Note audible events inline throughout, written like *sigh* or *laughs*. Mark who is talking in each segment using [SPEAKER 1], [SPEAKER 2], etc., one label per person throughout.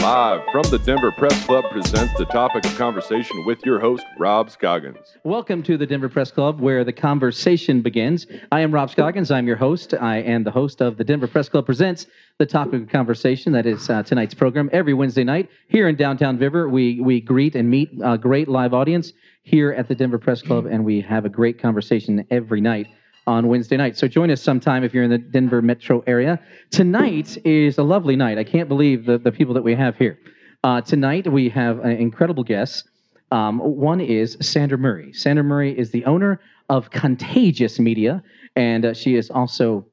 [SPEAKER 1] Live from the Denver Press Club presents the topic of conversation with your host, Rob Scoggins.
[SPEAKER 2] Welcome to the Denver Press Club, where the conversation begins. I am Rob Scoggins. I'm your host. I am the host of the Denver Press Club Presents, the topic of conversation. That is uh, tonight's program. Every Wednesday night here in downtown Denver, we, we greet and meet a great live audience here at the Denver Press Club, and we have a great conversation every night on Wednesday night. So join us sometime if you're in the Denver metro area. Tonight is a lovely night. I can't believe the, the people that we have here. Uh, tonight, we have uh, incredible guests. Um, one is Sandra Murray. Sandra Murray is the owner of Contagious Media, and uh, she is also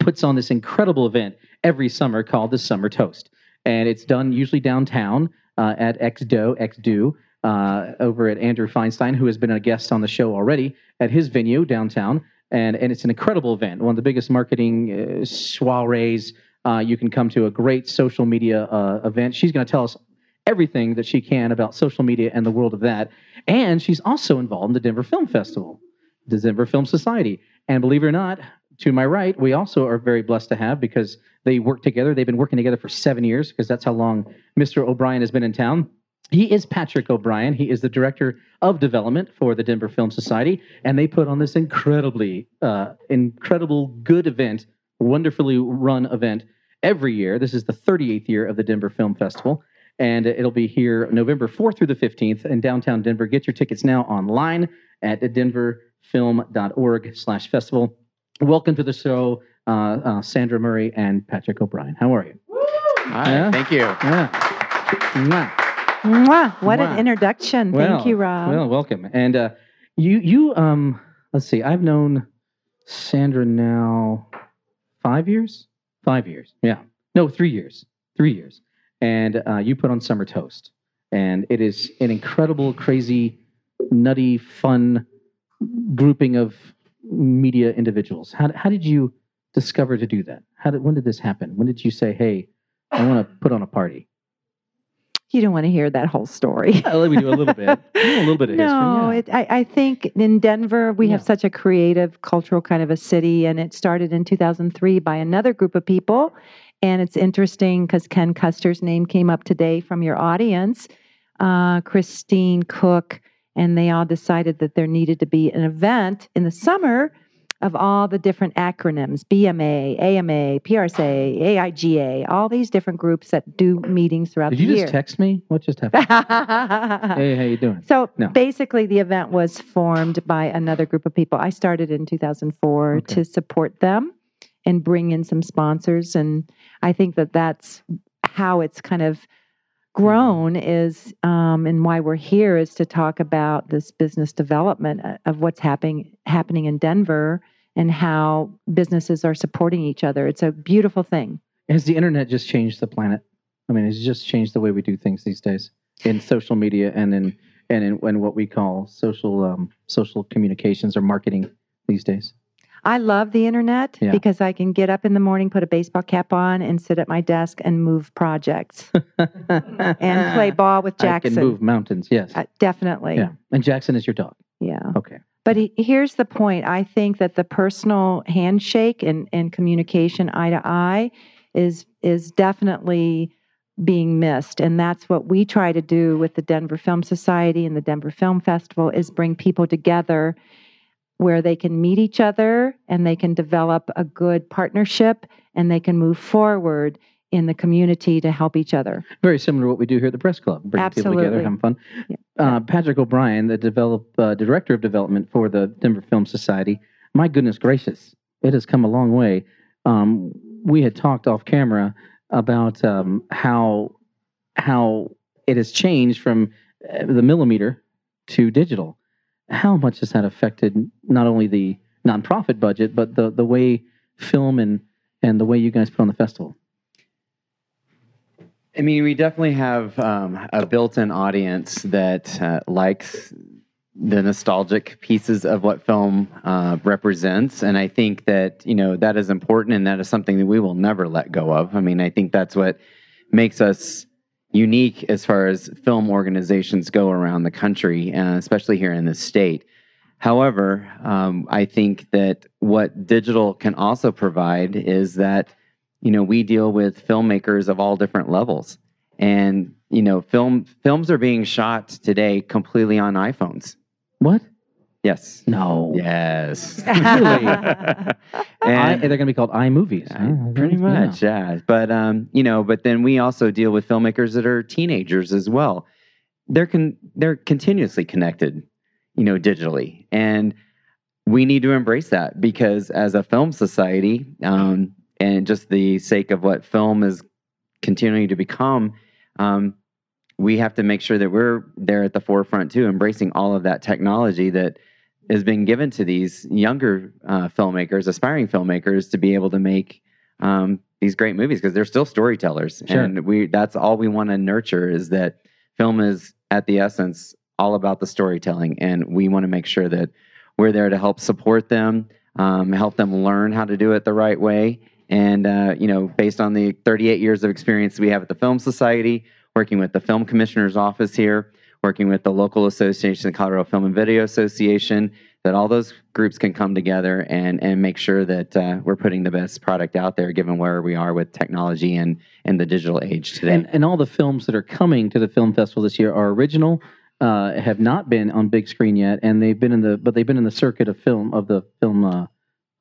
[SPEAKER 2] puts on this incredible event every summer called the Summer Toast, and it's done usually downtown uh, at XDo XDo uh, over at Andrew Feinstein, who has been a guest on the show already at his venue downtown, and and it's an incredible event, one of the biggest marketing uh, soirees uh, you can come to. A great social media uh, event. She's going to tell us everything that she can about social media and the world of that, and she's also involved in the Denver Film Festival, the Denver Film Society, and believe it or not. To my right, we also are very blessed to have because they work together. They've been working together for seven years because that's how long Mr. O'Brien has been in town. He is Patrick O'Brien. He is the director of development for the Denver Film Society, and they put on this incredibly, uh, incredible, good event, wonderfully run event every year. This is the 38th year of the Denver Film Festival, and it'll be here November 4th through the 15th in downtown Denver. Get your tickets now online at denverfilm.org/festival. slash festival. Welcome to the show, uh, uh, Sandra Murray and Patrick O'Brien. How are you?
[SPEAKER 3] Hi,
[SPEAKER 2] Yeah.
[SPEAKER 3] thank you.
[SPEAKER 2] Yeah. Mwah.
[SPEAKER 4] Mwah. What
[SPEAKER 2] Mwah.
[SPEAKER 4] an introduction.
[SPEAKER 2] Well,
[SPEAKER 4] Thank you, Rob.
[SPEAKER 2] Well, welcome. And uh, you, you, um, let's see. I've known Sandra now five years. Five years. Yeah. No, three years. Three years. And uh, you put on Summer Toast, and it is an incredible, crazy, nutty, fun grouping of media individuals. How how did you discover to do that? How did when did this happen? When did you say, "Hey, I want to put on a party"?
[SPEAKER 4] you don't want to hear that whole story.
[SPEAKER 2] Yeah, let me do a little bit. A little bit of history.
[SPEAKER 4] No,
[SPEAKER 2] yeah.
[SPEAKER 4] it, I, I think in Denver, we have
[SPEAKER 2] Yeah.
[SPEAKER 4] such a creative, cultural kind of a city, and it started in 2003 by another group of people. And it's interesting because Ken Custer's name came up today from your audience, uh, Christine Cook, and they all decided that there needed to be an event in the summer of all the different acronyms BMA, AMA, PRSA, AIGA, all these different groups that do meetings throughout
[SPEAKER 2] Did
[SPEAKER 4] the
[SPEAKER 2] you
[SPEAKER 4] year.
[SPEAKER 2] just text me? What just
[SPEAKER 4] *laughs*
[SPEAKER 2] happened? hey, how you doing?
[SPEAKER 4] So
[SPEAKER 2] No.
[SPEAKER 4] basically, the event was formed by another group of people. I started in 2004
[SPEAKER 2] Okay.
[SPEAKER 4] to support them and bring in some sponsors, and I think that that's how it's kind of grown is um, and why we're here is to talk about this business development uh, of what's happening happening in Denver and how businesses are supporting each other. It's a beautiful thing.
[SPEAKER 2] Has the internet just changed the planet? I mean, it's just changed the way we do things these days in social media and in and in, in what we call social um, social communications or marketing these days.
[SPEAKER 4] I love the internet
[SPEAKER 2] Yeah.
[SPEAKER 4] because I can get up in the morning, put a baseball cap on, and sit at my desk and
[SPEAKER 2] *laughs*
[SPEAKER 4] move projects and play ball with
[SPEAKER 2] I can move
[SPEAKER 4] Jackson.
[SPEAKER 2] mountains. Yes.
[SPEAKER 4] Uh, definitely.
[SPEAKER 2] yeah. And Jackson is your dog.
[SPEAKER 4] Yeah.
[SPEAKER 2] Okay.
[SPEAKER 4] But he, here's the point. I think that the personal handshake and, and communication eye to eye is is definitely being missed. And that's what we try to do with the Denver Film Society and the Denver Film Festival is bring people together where they can meet each other and they can develop a good partnership and they can move forward in the community to help each other.
[SPEAKER 2] Very similar to what we do here at the Press Club. Bring people together,
[SPEAKER 4] Absolutely.
[SPEAKER 2] having fun.
[SPEAKER 4] Yeah.
[SPEAKER 2] Uh, Patrick O'Brien, the develop, uh, director of development for the Denver Film Society, my goodness gracious, it has come a long way. Um, we had talked off camera about um, how how it has changed from uh, the millimeter to digital. How much has that affected not only the nonprofit budget, but the the way film and and the way you guys put on the festival?
[SPEAKER 3] I mean, we definitely have um, a built-in audience that uh, likes the nostalgic pieces of what film uh, represents, and I think that you know that is important, and that is something that we will never let go of. I mean, I think that's what makes us unique as far as film organizations go around the country, uh, especially here in this state. However, um, I think that what digital can also provide is that you know, we deal with filmmakers of all different levels. And you know, film films are being shot today completely on iPhones.
[SPEAKER 2] What?
[SPEAKER 3] Yes.
[SPEAKER 2] No.
[SPEAKER 3] Yes.
[SPEAKER 2] Really?
[SPEAKER 4] *laughs*
[SPEAKER 2] I,
[SPEAKER 3] And-
[SPEAKER 2] they're going to be called iMovies.
[SPEAKER 3] Yeah,
[SPEAKER 2] huh?
[SPEAKER 3] pretty
[SPEAKER 2] Yeah.
[SPEAKER 3] much, yeah. But um, you know, but then we also deal with filmmakers that are teenagers as well. They're con- they're continuously connected, you know, digitally, and we need to embrace that because as a film society, um, and just the sake of what film is continuing to become, um, we have to make sure that we're there at the forefront too, embracing all of that technology that has been given to these younger uh, filmmakers, aspiring filmmakers, to be able to make um, these great movies because they're still storytellers,
[SPEAKER 2] Sure.
[SPEAKER 3] and we—that's all we want to nurture is that film is at the essence all about the storytelling, and we want to make sure that we're there to help support them, um, help them learn how to do it the right way, and uh, you know, based on the 38 years of experience we have at the Film Society, working with the Film Commissioner's Office here, working with the local association, the Colorado Film and Video Association, that all those groups can come together and and make sure that uh, we're putting the best product out there, given where we are with technology and and the digital age today.
[SPEAKER 2] And, and all the films that are coming to the film festival this year are original, uh, have not been on big screen yet, and they've been in the but they've been in the circuit of film of the film uh,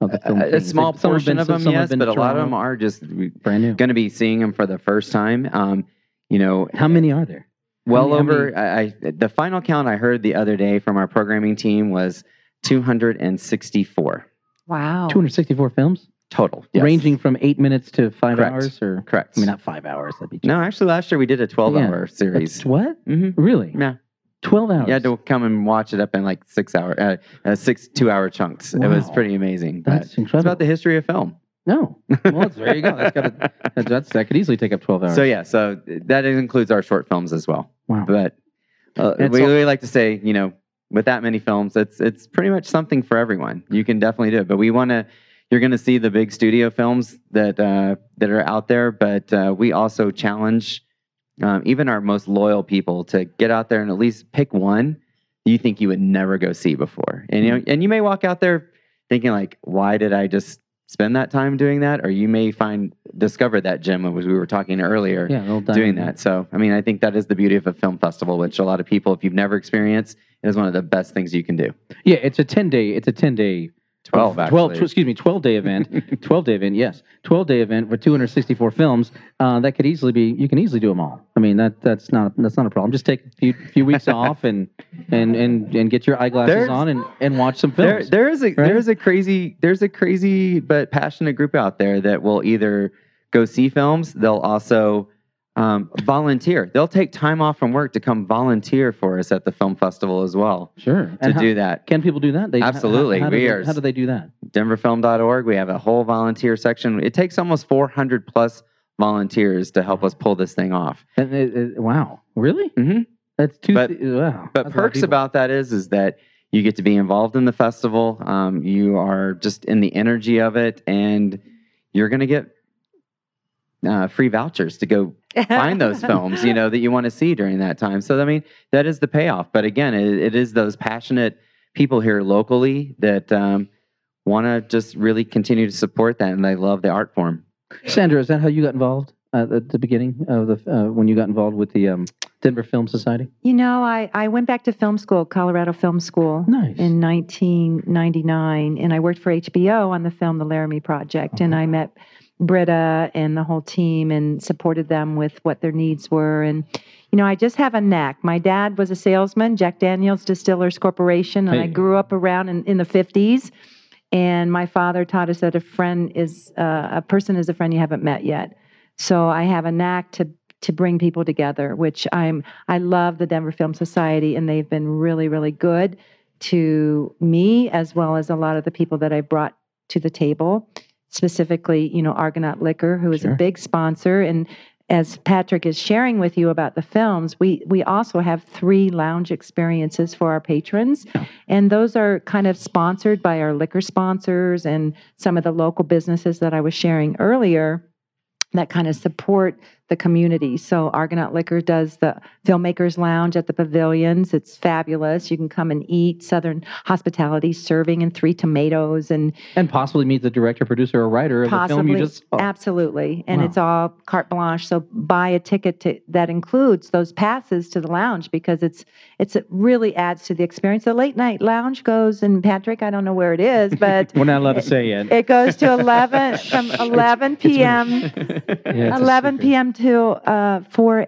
[SPEAKER 2] of the film.
[SPEAKER 3] a, a
[SPEAKER 2] things.
[SPEAKER 3] small
[SPEAKER 2] Some have
[SPEAKER 3] portion
[SPEAKER 2] been-
[SPEAKER 3] of them,
[SPEAKER 2] some have
[SPEAKER 3] yes,
[SPEAKER 2] been
[SPEAKER 3] but a lot of
[SPEAKER 2] Toronto,
[SPEAKER 3] them are just going
[SPEAKER 2] brand new.
[SPEAKER 3] to be seeing them for the first time. Um, you know,
[SPEAKER 2] How many are there?
[SPEAKER 3] well
[SPEAKER 2] many- how
[SPEAKER 3] over I, I the final count I heard the other day from our programming team was 264
[SPEAKER 4] wow.
[SPEAKER 2] 264 films,
[SPEAKER 3] total, Oh. yes.
[SPEAKER 2] ranging from eight minutes to five
[SPEAKER 3] Correct.
[SPEAKER 2] hours, or
[SPEAKER 3] Correct.
[SPEAKER 2] I mean, not five hours. That'd be
[SPEAKER 3] no, actually, last year we did a 12-hour
[SPEAKER 2] That's-
[SPEAKER 3] series.
[SPEAKER 2] What?
[SPEAKER 3] hmm
[SPEAKER 2] Really?
[SPEAKER 3] Yeah.
[SPEAKER 2] 12 hours.
[SPEAKER 3] You had to come and watch it up in like six hour, uh, uh, six two hour chunks. It was
[SPEAKER 2] Wow.
[SPEAKER 3] pretty amazing. But
[SPEAKER 2] That's
[SPEAKER 3] it's
[SPEAKER 2] incredible.
[SPEAKER 3] about the history of film.
[SPEAKER 2] no. Well, there you go. That's got to, that's, that could easily take up 12 hours.
[SPEAKER 3] *laughs* So yeah, so that includes our short films as well.
[SPEAKER 2] wow.
[SPEAKER 3] But uh,
[SPEAKER 2] That's
[SPEAKER 3] we
[SPEAKER 2] all-
[SPEAKER 3] really like to say, you know, with that many films, it's it's pretty much something for everyone. You can definitely do it, but we want to. You're going to see the big studio films that uh, that are out there, but uh, we also challenge um, even our most loyal people to get out there and at least pick one you think you would never go see before, and you
[SPEAKER 2] Mm-hmm.
[SPEAKER 3] know, and you may walk out there thinking like, why did I just spend that time doing that? Or you may find discover that gem as we were talking earlier
[SPEAKER 2] Yeah, they'll dive
[SPEAKER 3] doing
[SPEAKER 2] in.
[SPEAKER 3] that. So, I mean, I think that is the beauty of a film festival, which a lot of people, if you've never experienced, it is one of the best things you can do.
[SPEAKER 2] Yeah, it's a 10 day, it's a 10 day
[SPEAKER 3] 12, actually.
[SPEAKER 2] 12 tw- excuse me 12 day
[SPEAKER 3] *laughs*
[SPEAKER 2] event 12 day event yes 12 day event with 264 films uh, that could easily be you can easily do them all i mean that that's not that's not a problem just take a few, few
[SPEAKER 3] *laughs*
[SPEAKER 2] weeks off and and and and get your eyeglasses
[SPEAKER 3] There's-
[SPEAKER 2] on and and watch some
[SPEAKER 3] There,
[SPEAKER 2] films
[SPEAKER 3] there is a
[SPEAKER 2] right?
[SPEAKER 3] there is a crazy there's a crazy but passionate group out there that will either go see films. They'll also um, volunteer. They'll take time off from work to come volunteer for us at the film festival as well
[SPEAKER 2] sure
[SPEAKER 3] to
[SPEAKER 2] And how-
[SPEAKER 3] do that.
[SPEAKER 2] can people do that they how-
[SPEAKER 3] Absolutely.
[SPEAKER 2] how, how do
[SPEAKER 3] We
[SPEAKER 2] they-
[SPEAKER 3] are-
[SPEAKER 2] how do they do that
[SPEAKER 3] denverfilm.org. We have a whole volunteer section. It takes almost 400 plus volunteers to help us pull this thing off.
[SPEAKER 2] And it- it- wow really
[SPEAKER 3] Mhm.
[SPEAKER 2] that's two
[SPEAKER 3] But-
[SPEAKER 2] wow That's
[SPEAKER 3] But
[SPEAKER 2] a lot of
[SPEAKER 3] perks
[SPEAKER 2] people.
[SPEAKER 3] about that is is that you get to be involved in the festival. Um, you are just in the energy of it, and you're going to get uh, free vouchers
[SPEAKER 2] *laughs*
[SPEAKER 3] to go find those films, you know, that you want to see during that time. So, I mean, that is the payoff. But again, it, it is those passionate people here locally that um, want to just really continue to support that, and they love the art form.
[SPEAKER 2] sandra is that how you got involved uh, at the beginning of the uh, when you got involved with the um, denver film society
[SPEAKER 4] You know, I, I went back to film school, Colorado Film School.
[SPEAKER 2] nice
[SPEAKER 4] in 1999 and i worked for hbo on the film the laramie project and i met britta and the whole team and supported them with what their needs were and you know i just have a knack my dad was a salesman jack daniels distillers corporation and i
[SPEAKER 2] Hey.
[SPEAKER 4] grew up around in, in the 50s and my father taught us that a friend is uh, a person is a friend you haven't met yet so i have a knack to to bring people together which i'm i love the denver film society and they've been really really good to me as well as a lot of the people that i brought to the table specifically you know argonaut liquor who is
[SPEAKER 2] Sure.
[SPEAKER 4] a big sponsor and as patrick is sharing with you about the films we we also have three lounge experiences for our patrons and those are kind of sponsored by our liquor sponsors and some of the local businesses that i was sharing earlier that kind of support the community. So Argonaut Liquor does the Filmmakers Lounge at the pavilions. It's fabulous. You can come and eat Southern hospitality serving and three tomatoes and
[SPEAKER 2] and possibly meet the director, producer, or writer of the film you
[SPEAKER 4] Possibly.
[SPEAKER 2] just saw.
[SPEAKER 4] Absolutely.
[SPEAKER 2] Oh.
[SPEAKER 4] And
[SPEAKER 2] Wow.
[SPEAKER 4] it's all carte blanche. So buy a ticket to, that includes those passes to the lounge because it's it's it really adds to the experience. The late night lounge goes and Patrick, I don't know where it is,
[SPEAKER 2] *laughs*
[SPEAKER 4] but
[SPEAKER 5] We're not allowed to say
[SPEAKER 4] *laughs*
[SPEAKER 5] yet.
[SPEAKER 4] it goes to 11 from 11 p.m.
[SPEAKER 2] Yeah, it's a
[SPEAKER 4] 11
[SPEAKER 2] secret.
[SPEAKER 4] p.m. to uh, 4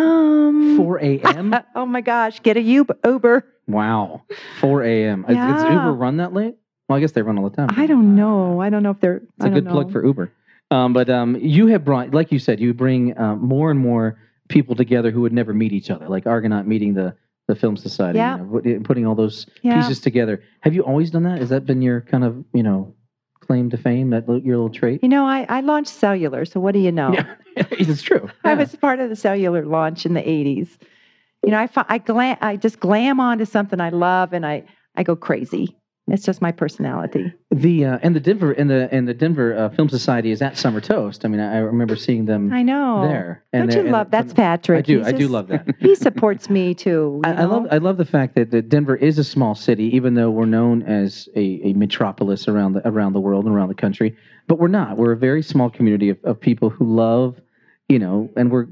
[SPEAKER 4] a.m.
[SPEAKER 2] 4
[SPEAKER 4] *laughs*
[SPEAKER 2] a.m.
[SPEAKER 4] Uh, oh my gosh, get a Ub- Uber.
[SPEAKER 2] wow, 4 a.m. Is- Is,
[SPEAKER 4] Yeah.
[SPEAKER 2] Uber run that late? Well, I guess they run all the time.
[SPEAKER 4] I don't know. I don't know if they're.
[SPEAKER 2] It's a good plug for Uber. Um, but um, you have brought, like you said, you bring uh, more and more people together who would never meet each other, like Argonaut meeting the the Film Society,
[SPEAKER 4] Yeah.
[SPEAKER 2] you know, put- putting all those
[SPEAKER 4] yeah.
[SPEAKER 2] pieces together. Have you always done that? Has that been your kind of you know claim to fame? That li- your little trait?
[SPEAKER 4] You know, I, I launched cellular. So what do you know?
[SPEAKER 2] Yeah. *laughs* it's true.
[SPEAKER 4] I
[SPEAKER 2] Yeah.
[SPEAKER 4] was part of the cellular launch in the 80s. You know, I, fi- I, glam, I just glam onto something I love and I, I go crazy. It's just my personality.
[SPEAKER 2] the uh, and the Denver and the and the Denver uh, Film Society is at Summer Toast. I mean, I, I remember seeing them
[SPEAKER 4] I know.
[SPEAKER 2] Mm. there. And
[SPEAKER 4] Don't
[SPEAKER 2] they're-
[SPEAKER 4] you
[SPEAKER 2] and-
[SPEAKER 4] love that's Patrick?
[SPEAKER 2] I do.
[SPEAKER 4] He's
[SPEAKER 2] I do
[SPEAKER 4] just-
[SPEAKER 2] love
[SPEAKER 4] *laughs*
[SPEAKER 2] that.
[SPEAKER 4] He supports me too.
[SPEAKER 2] *laughs* I,
[SPEAKER 4] you
[SPEAKER 2] I love
[SPEAKER 4] know?
[SPEAKER 2] I love the fact that, that Denver is a small city, even though we're known as a, a metropolis around the around the world and around the country. But we're not. We're a very small community of, of people who love, you know, and we're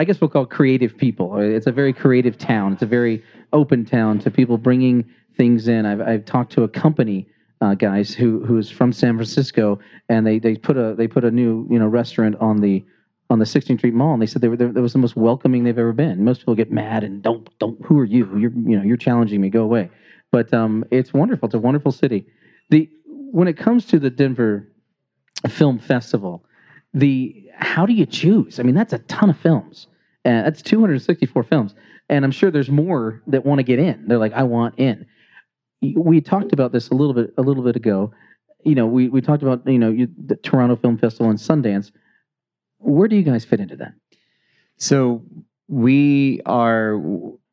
[SPEAKER 2] I guess we'll call creative people. It's a very creative town. It's a very open town to people bringing things in. I've I've talked to a company uh, guys who who is from San Francisco, and they they put a they put a new you know restaurant on the on the 16th Street Mall, and they said they were they, that was the most welcoming they've ever been. Most people get mad and don't don't who are you? You're you know you're challenging me. Go away. But um, it's wonderful. It's a wonderful city. The when it comes to the Denver Film Festival, the how do you choose? I mean, that's a ton of films. Uh, that's 264 films, and I'm sure there's more that want to get in. They're like, I want in. We talked about this a little bit a little bit ago. You know, we, we talked about you know you, the Toronto Film Festival and Sundance. Where do you guys fit into that?
[SPEAKER 3] So we are,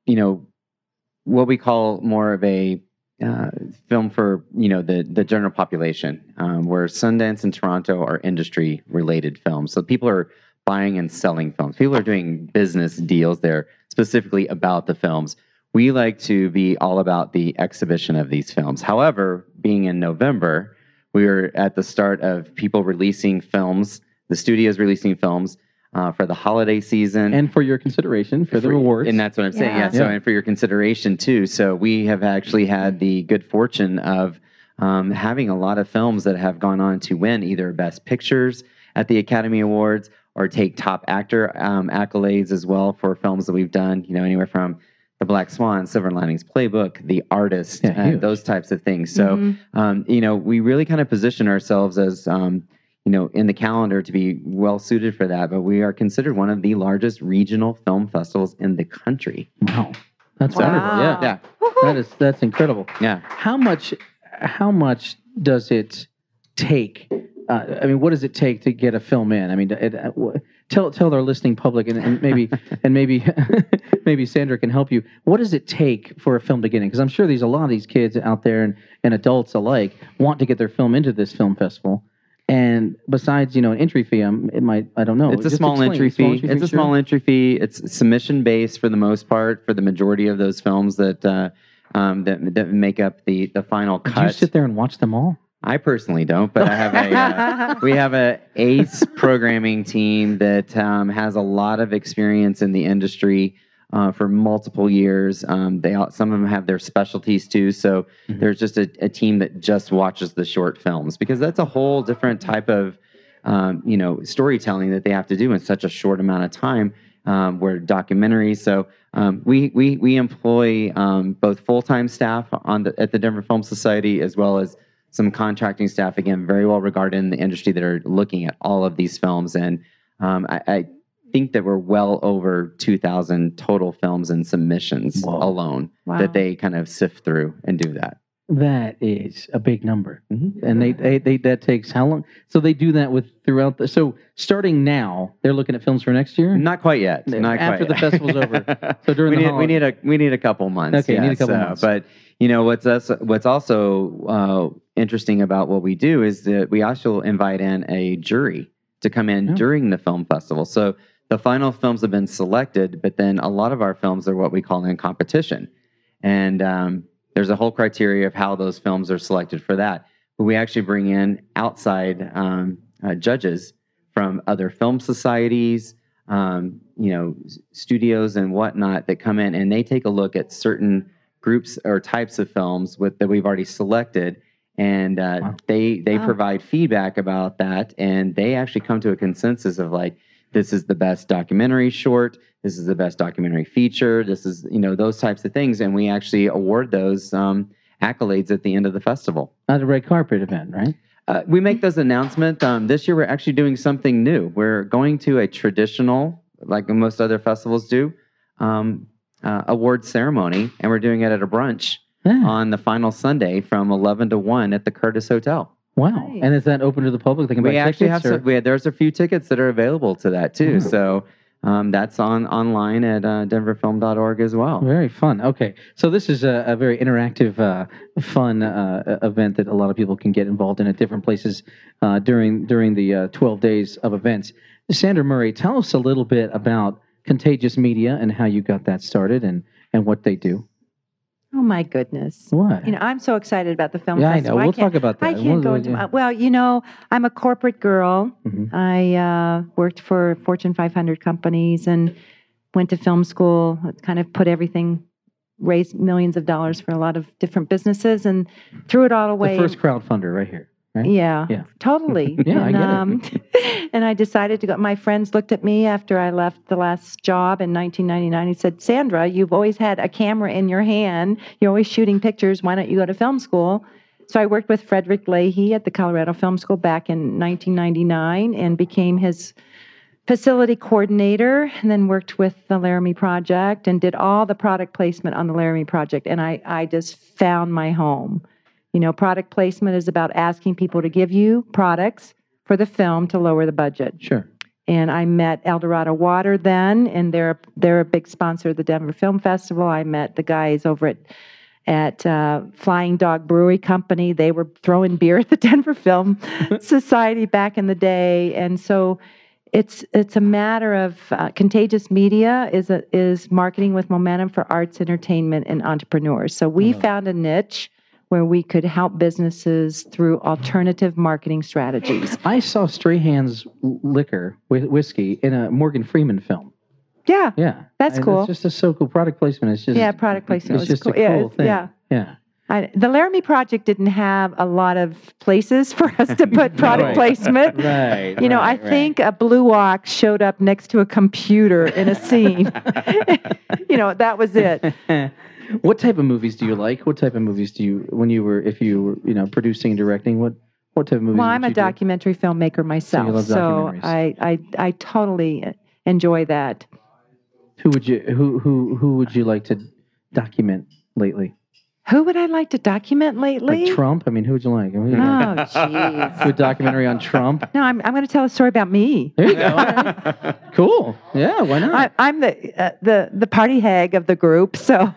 [SPEAKER 3] you know, what we call more of a uh, film for you know the the general population, um, where Sundance and Toronto are industry related films. So people are buying and selling films. People are doing business deals there specifically about the films. We like to be all about the exhibition of these films. However, being in November, we are at the start of people releasing films, the studios releasing films uh, for the holiday season
[SPEAKER 2] And for your consideration for the rewards.
[SPEAKER 3] and that's what I'm saying. Yeah.
[SPEAKER 4] Yeah.
[SPEAKER 3] So,
[SPEAKER 2] Yeah.
[SPEAKER 3] and for your consideration too. So, we have actually had the good fortune of um, having a lot of films that have gone on to win either Best Pictures at the Academy Awards or take top actor um, accolades as well for films that we've done. You know, anywhere from The Black Swan, Silver Linings Playbook, The Artist,
[SPEAKER 2] Yeah,
[SPEAKER 3] uh,
[SPEAKER 2] huge.
[SPEAKER 3] those types of things. So,
[SPEAKER 4] Mhm.
[SPEAKER 3] um, you know, we really kind of position ourselves as, um, you know, in the calendar to be well suited for that. But we are considered one of the largest regional film festivals in the country.
[SPEAKER 2] wow. That's
[SPEAKER 4] Wow.
[SPEAKER 2] wonderful. Yeah.
[SPEAKER 3] Yeah,
[SPEAKER 4] Woohoo.
[SPEAKER 2] That is that's incredible.
[SPEAKER 3] yeah.
[SPEAKER 2] How much how much does it take? Uh, I mean, what does it take to get a film in? I mean, it, uh, wh- tell tell our listening public, and, and
[SPEAKER 3] *laughs*
[SPEAKER 2] maybe and maybe *laughs* maybe Sandra can help you. What does it take for a film to get in? Because I'm sure there's a lot of these kids out there and, and adults alike want to get their film into this film festival. And besides, you know, an entry fee, um, it might I don't know.
[SPEAKER 3] it's a
[SPEAKER 2] Just
[SPEAKER 3] small
[SPEAKER 2] explain.
[SPEAKER 3] entry fee. it's
[SPEAKER 2] sure.
[SPEAKER 3] a small entry fee. It's submission based for the most part for the majority of those films that uh, um, that that make up the the final
[SPEAKER 2] Did
[SPEAKER 3] cut.
[SPEAKER 2] you sit there and watch them all?
[SPEAKER 3] I personally don't, but I have a. Uh, we have a ace programming team that um, has a lot of experience in the industry uh, for multiple years. Um, they all, some of them have their specialties too. So
[SPEAKER 2] Mhm.
[SPEAKER 3] there's just a, a team that just watches the short films because that's a whole different type of um, you know storytelling that they have to do in such a short amount of time. Um, we're documentaries, so um, we we we employ um, both full time staff on the, at the Denver Film Society as well as some contracting staff again very well regarded in the industry that are looking at all of these films and um, I, I think that we're well over 2000 total films and submissions
[SPEAKER 2] Whoa.
[SPEAKER 3] alone
[SPEAKER 4] Wow.
[SPEAKER 3] that they kind of sift through and do that
[SPEAKER 2] That is a big number,
[SPEAKER 3] Mm-hmm.
[SPEAKER 2] and they, they they that takes how long? So they do that with throughout the. So starting now, they're looking at films for next year.
[SPEAKER 3] not quite yet
[SPEAKER 2] No,
[SPEAKER 3] not
[SPEAKER 2] Hmm. after
[SPEAKER 3] quite
[SPEAKER 2] the
[SPEAKER 3] yet.
[SPEAKER 2] festival's
[SPEAKER 3] *laughs*
[SPEAKER 2] over. So during
[SPEAKER 3] we
[SPEAKER 2] the
[SPEAKER 3] need, we
[SPEAKER 2] holiday-
[SPEAKER 3] need a we need a couple months.
[SPEAKER 2] Okay, you need a couple
[SPEAKER 3] so-
[SPEAKER 2] months.
[SPEAKER 3] But you know what's us what's also uh, interesting about what we do is that we also invite in a jury to come in
[SPEAKER 2] Yeah.
[SPEAKER 3] during the film festival. So the final films have been selected, but then a lot of our films are what we call in competition. And um, there's a whole criteria of how those films are selected for that. But we actually bring in outside um, uh, judges from other film societies, um, you know, s- studios and whatnot that come in and they take a look at certain groups or types of films with that we've already selected and uh,
[SPEAKER 2] Wow.
[SPEAKER 3] they they
[SPEAKER 4] Wow.
[SPEAKER 3] provide feedback about that and they actually come to a consensus of like this is the best documentary short this is the best documentary feature this is you know those types of things and we actually award those um, accolades at the end of the festival
[SPEAKER 2] Not a red carpet event, right?
[SPEAKER 3] uh, we make those announcements. Um, this year, we're actually doing something new. We're going to a traditional, like most other festivals do, um, uh, award ceremony, and we're doing it at a brunch
[SPEAKER 2] Yeah.
[SPEAKER 3] on the final Sunday from 11 to 1 at the Curtis Hotel.
[SPEAKER 2] wow.
[SPEAKER 4] Nice.
[SPEAKER 2] And is that open to the public? They can
[SPEAKER 3] We
[SPEAKER 2] buy
[SPEAKER 3] actually have
[SPEAKER 2] tickets
[SPEAKER 3] some,
[SPEAKER 2] or-
[SPEAKER 3] we, there's a few tickets that are available to that too.
[SPEAKER 2] Oh.
[SPEAKER 3] So um, that's on online at uh, denverfilm.org as well.
[SPEAKER 2] Very fun. Okay, so this is a, a very interactive, uh, fun uh, uh, event that a lot of people can get involved in at different places uh, during during the uh, twelve days of events. Sandra Murray, tell us a little bit about Contagious Media and how you got that started and and what they do.
[SPEAKER 4] Oh my goodness.
[SPEAKER 2] What?
[SPEAKER 4] You know, I'm so excited about the film
[SPEAKER 2] yeah, I know.
[SPEAKER 4] festival.
[SPEAKER 2] We'll
[SPEAKER 4] can't,
[SPEAKER 2] talk about that.
[SPEAKER 4] I can't go into my, well, you know, I'm a corporate girl.
[SPEAKER 2] Mhm.
[SPEAKER 4] I uh, worked for Fortune 500 companies and went to film school. Kind of put everything, raised millions of dollars for a lot of different businesses, and threw it all away.
[SPEAKER 2] the first crowdfunder right here. right?
[SPEAKER 4] Yeah,
[SPEAKER 2] Yeah.
[SPEAKER 4] totally.
[SPEAKER 2] *laughs* Yeah, I
[SPEAKER 4] and,
[SPEAKER 2] get it.
[SPEAKER 4] um, *laughs* and I decided to go. My friends looked at me after I left the last job in 1999 and said, Sandra, you've always had a camera in your hand. You're always shooting pictures. Why don't you go to film school? So I worked with Frederick Leahy at the Colorado Film School back in 1999 and became his facility coordinator and then worked with the Laramie Project and did all the product placement on the Laramie Project. And I, I just found my home. You know, product placement is about asking people to give you products for the film to lower the budget.
[SPEAKER 2] Sure.
[SPEAKER 4] And I met Eldorado Water then, and they're they're a big sponsor of the Denver Film Festival. I met the guys over at at uh, Flying Dog Brewery Company. They were throwing beer at the *laughs* Denver Film Society back in the day, and so it's it's a matter of uh, contagious media is a, is marketing with momentum for arts, entertainment, and entrepreneurs. So we
[SPEAKER 2] Wow.
[SPEAKER 4] found a niche where we could help businesses through alternative marketing strategies.
[SPEAKER 2] I saw Strahan's liquor with whiskey in a Morgan Freeman film.
[SPEAKER 4] Yeah,
[SPEAKER 2] Yeah,
[SPEAKER 4] That's
[SPEAKER 2] And
[SPEAKER 4] cool.
[SPEAKER 2] It's just a so cool product placement. It's just
[SPEAKER 4] yeah, product placement
[SPEAKER 2] It's
[SPEAKER 4] was
[SPEAKER 2] just
[SPEAKER 4] cool.
[SPEAKER 2] a cool
[SPEAKER 4] yeah, it's-
[SPEAKER 2] thing.
[SPEAKER 4] yeah.
[SPEAKER 2] yeah.
[SPEAKER 4] I, the Laramie Project didn't have a lot of places for us to put
[SPEAKER 2] *laughs*
[SPEAKER 4] product
[SPEAKER 2] Right.
[SPEAKER 4] placement.
[SPEAKER 2] *laughs* Right.
[SPEAKER 4] You know, I think a blue ox showed up next to a computer in
[SPEAKER 2] *laughs*
[SPEAKER 4] a scene. *laughs* you know, that was it.
[SPEAKER 2] *laughs* what type of movies do you like? What type of movies do you when you were if you were you know producing and directing? What what type of movies?
[SPEAKER 4] Well,
[SPEAKER 2] would
[SPEAKER 4] I'm a
[SPEAKER 2] you do?
[SPEAKER 4] documentary filmmaker myself,
[SPEAKER 2] love
[SPEAKER 4] so,
[SPEAKER 2] documentaries.
[SPEAKER 4] I, I I totally enjoy that.
[SPEAKER 2] Who would you who who who would you like to document lately?
[SPEAKER 4] Who would I like to document lately?
[SPEAKER 2] Like Trump? I mean, who would you like? I mean, you
[SPEAKER 4] Oh,
[SPEAKER 2] know, *laughs* do a
[SPEAKER 4] jeez.
[SPEAKER 2] documentary on Trump.
[SPEAKER 4] No, I'm, I'm going to tell a story about me.
[SPEAKER 2] There you go. cool. Yeah. Why not?
[SPEAKER 4] I, I'm the uh, the the party hag of the group, so.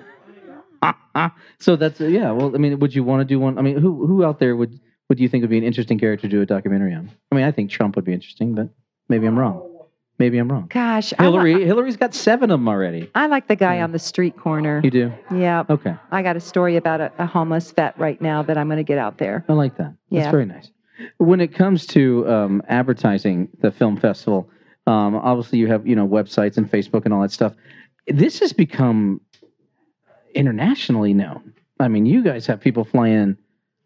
[SPEAKER 2] so that's yeah. Well, I mean, would you want to do one? I mean, who who out there would would you think would be an interesting character to do a documentary on? I mean, I think Trump would be interesting, but maybe I'm wrong. Maybe I'm wrong.
[SPEAKER 4] Gosh, I li-
[SPEAKER 2] Hillary, Hillary's got seven of them already.
[SPEAKER 4] I like the guy
[SPEAKER 2] Yeah.
[SPEAKER 4] on the street corner.
[SPEAKER 2] You do?
[SPEAKER 4] Yeah,
[SPEAKER 2] Okay.
[SPEAKER 4] I got a story about a, a homeless vet right now that I'm going to get out there.
[SPEAKER 2] I like that. That's
[SPEAKER 4] Yeah.
[SPEAKER 2] very nice. When it comes to um, advertising the film festival, um, obviously you have you know websites and Facebook and all that stuff. This has become internationally known. I mean, you guys have people flying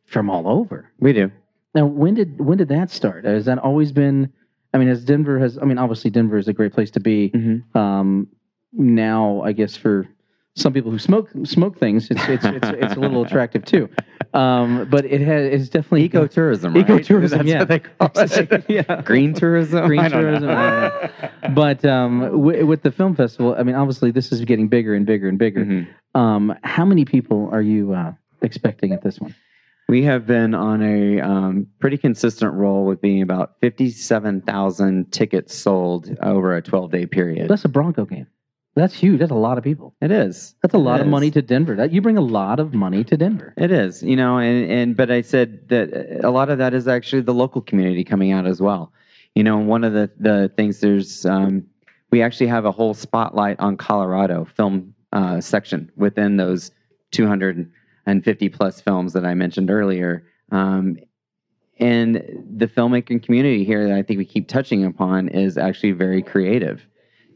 [SPEAKER 2] from all over.
[SPEAKER 3] We do.
[SPEAKER 2] Now, when did when did that start? Has that always been? I mean, as Denver has, I mean, obviously Denver is a great place to be.
[SPEAKER 3] Mhm.
[SPEAKER 2] Um, now, I guess for some people who smoke smoke things, it's it's it's, it's a
[SPEAKER 3] *laughs*
[SPEAKER 2] little attractive too. Um, but it has it's definitely
[SPEAKER 3] Ecotourism, right?
[SPEAKER 2] Ecotourism,
[SPEAKER 3] That's
[SPEAKER 2] yeah.
[SPEAKER 3] what they call
[SPEAKER 2] *laughs*
[SPEAKER 3] it.
[SPEAKER 2] yeah.
[SPEAKER 3] *laughs* Green tourism?
[SPEAKER 2] Green
[SPEAKER 3] I don't know.
[SPEAKER 2] tourism, I don't
[SPEAKER 3] *laughs*
[SPEAKER 2] But um, w- with the film festival, I mean, obviously this is getting bigger and bigger and bigger.
[SPEAKER 3] Mhm.
[SPEAKER 2] Um, how many people are you uh, expecting at this one?
[SPEAKER 3] We have been on a um, pretty consistent roll with being about 57,000 tickets sold over a 12 day period.
[SPEAKER 2] That's a Bronco game. That's huge. That's a lot of people.
[SPEAKER 3] It is.
[SPEAKER 2] That's a lot
[SPEAKER 3] It
[SPEAKER 2] of money
[SPEAKER 3] is.
[SPEAKER 2] to Denver. That you bring a lot of money to Denver.
[SPEAKER 3] It is, you uh, know, and, and but I said that a lot of that is actually the local community coming out as well. You know, one of the the things there's um, we actually have a whole spotlight on Colorado film uh, section within those 250 plus films that I mentioned earlier. Um, and the filmmaking community here that I think we keep touching upon is actually very creative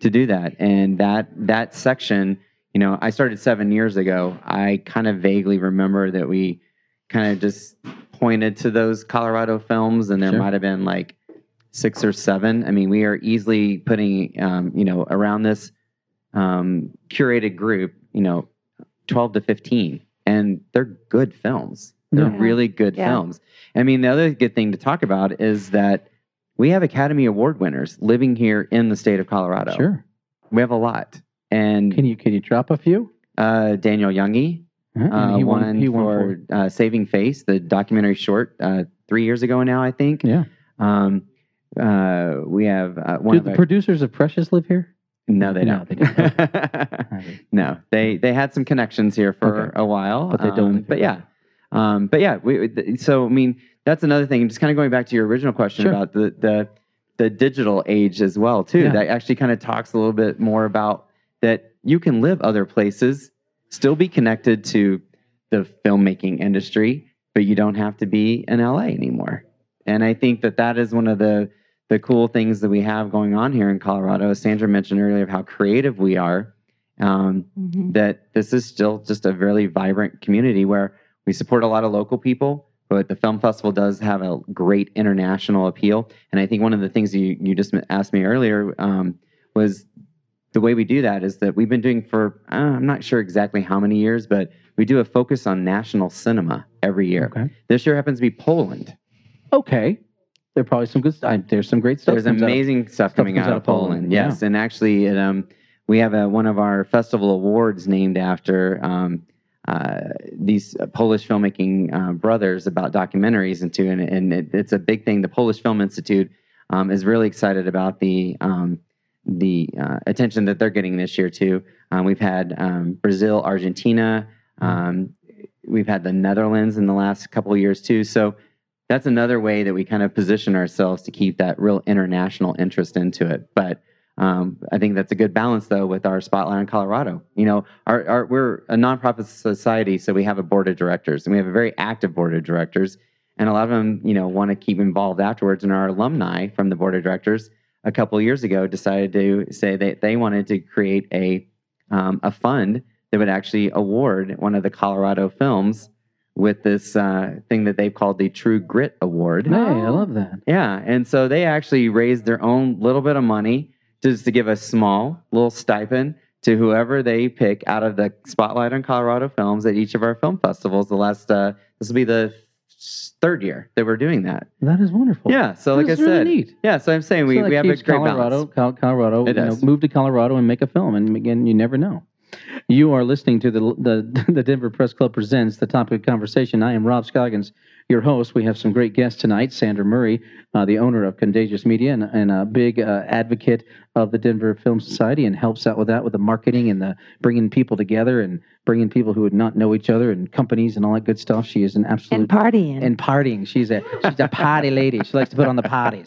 [SPEAKER 3] to do that. And that that section, you know, I started seven years ago. I kind of vaguely remember that we kind of just pointed to those Colorado films, and there
[SPEAKER 2] Sure.
[SPEAKER 3] might have been like six or seven. I mean, we are easily putting, um, you know, around this um, curated group, you know, twelve to fifteen, and they're good films. They're
[SPEAKER 4] Yeah.
[SPEAKER 3] really good
[SPEAKER 4] Yeah.
[SPEAKER 3] films. I mean, the other good thing to talk about is that we have Academy Award winners living here in the state of Colorado.
[SPEAKER 2] Sure.
[SPEAKER 3] We have a lot. And
[SPEAKER 2] Can you can you drop a few?
[SPEAKER 3] uh, Daniel Youngie
[SPEAKER 2] Huh? And
[SPEAKER 3] uh, won,
[SPEAKER 2] for-
[SPEAKER 3] for uh, Saving Face, the documentary short, uh, three years ago now, I think.
[SPEAKER 2] Yeah.
[SPEAKER 3] Um, uh, we have uh, one
[SPEAKER 2] Do
[SPEAKER 3] of
[SPEAKER 2] the
[SPEAKER 3] our-
[SPEAKER 2] producers of Precious live here?
[SPEAKER 3] no, they
[SPEAKER 2] No,
[SPEAKER 3] don't.
[SPEAKER 2] they
[SPEAKER 3] *laughs*
[SPEAKER 2] don't.
[SPEAKER 3] no, they they had some connections here for
[SPEAKER 2] Okay.
[SPEAKER 3] a while,
[SPEAKER 2] But they don't
[SPEAKER 3] um,
[SPEAKER 2] live
[SPEAKER 3] but
[SPEAKER 2] here.
[SPEAKER 3] yeah, um, but yeah. We, we- so I mean, that's another thing. Just kind of going back to your original question
[SPEAKER 2] Sure.
[SPEAKER 3] about the the the digital age as well too.
[SPEAKER 2] Yeah.
[SPEAKER 3] That actually kind of talks a little bit more about that you can live other places, still be connected to the filmmaking industry, but you don't have to be in LA anymore. And I think that that is one of the the cool things that we have going on here in Colorado. As Sandra mentioned earlier, of how creative we are. Um,
[SPEAKER 4] Mhm.
[SPEAKER 3] that this is still just a really vibrant community where we support a lot of local people, but the film festival does have a great international appeal. And I think one of the things you, you just asked me earlier um, was the way we do that is that we've been doing for, uh, I'm not sure exactly how many years, but we do a focus on national cinema every year.
[SPEAKER 2] Okay.
[SPEAKER 3] This year happens to be Poland.
[SPEAKER 2] Okay. There are probably some good. I, there's some great stuff.
[SPEAKER 3] There's
[SPEAKER 2] comes out.
[SPEAKER 3] amazing stuff
[SPEAKER 2] stuff
[SPEAKER 3] coming
[SPEAKER 2] comes
[SPEAKER 3] out, of Poland. Yes, and actually, it, um, we have a, one of our festival awards named after um, uh, these Polish filmmaking uh, brothers about documentaries and too, and, and it, it's a big thing. The Polish Film Institute um, is really excited about the um, the uh, attention that they're getting this year too. Um, we've had um, Brazil, Argentina. Um, we've had the Netherlands in the last couple of years too. So that's another way that we kind of position ourselves to keep that real international interest into it. But um, I think that's a good balance though with our spotlight on Colorado. You know, our, our we're a nonprofit society, so we have a board of directors, and we have a very active board of directors. And a lot of them, you know, want to keep involved afterwards. And our alumni from the board of directors a couple of years ago decided to say that they wanted to create a um, a fund that would actually award one of the Colorado films with this uh, thing that they've called the True Grit Award.
[SPEAKER 2] Hey, I love that.
[SPEAKER 3] Yeah, and so they actually raised their own little bit of money just to give a small little stipend to whoever they pick out of the spotlight on Colorado films at each of our film festivals. The last uh, this will be the third year that we're doing that.
[SPEAKER 2] That is wonderful.
[SPEAKER 3] Yeah, so
[SPEAKER 2] That
[SPEAKER 3] like I
[SPEAKER 2] is really
[SPEAKER 3] said,
[SPEAKER 2] neat.
[SPEAKER 3] yeah, so I'm saying we,
[SPEAKER 2] So that
[SPEAKER 3] we have a
[SPEAKER 2] keeps
[SPEAKER 3] great
[SPEAKER 2] Colorado,
[SPEAKER 3] balance.
[SPEAKER 2] Col- Colorado,
[SPEAKER 3] It
[SPEAKER 2] you know,
[SPEAKER 3] does.
[SPEAKER 2] move to Colorado and make a film. And again, you never know. You are listening to the the, *laughs* the Denver Press Club presents the topic of conversation. I am Rob Scoggins, your host. We have some great guests tonight. Sandra Murray, uh, the owner of Contagious Media and, and a big uh, advocate of the Denver Film Society, and helps out with that with the marketing and the bringing people together and bringing people who would not know each other and companies and all that good stuff. She is an absolute
[SPEAKER 4] and partying.
[SPEAKER 2] and partying. She's a she's a party lady. She likes to put on the parties.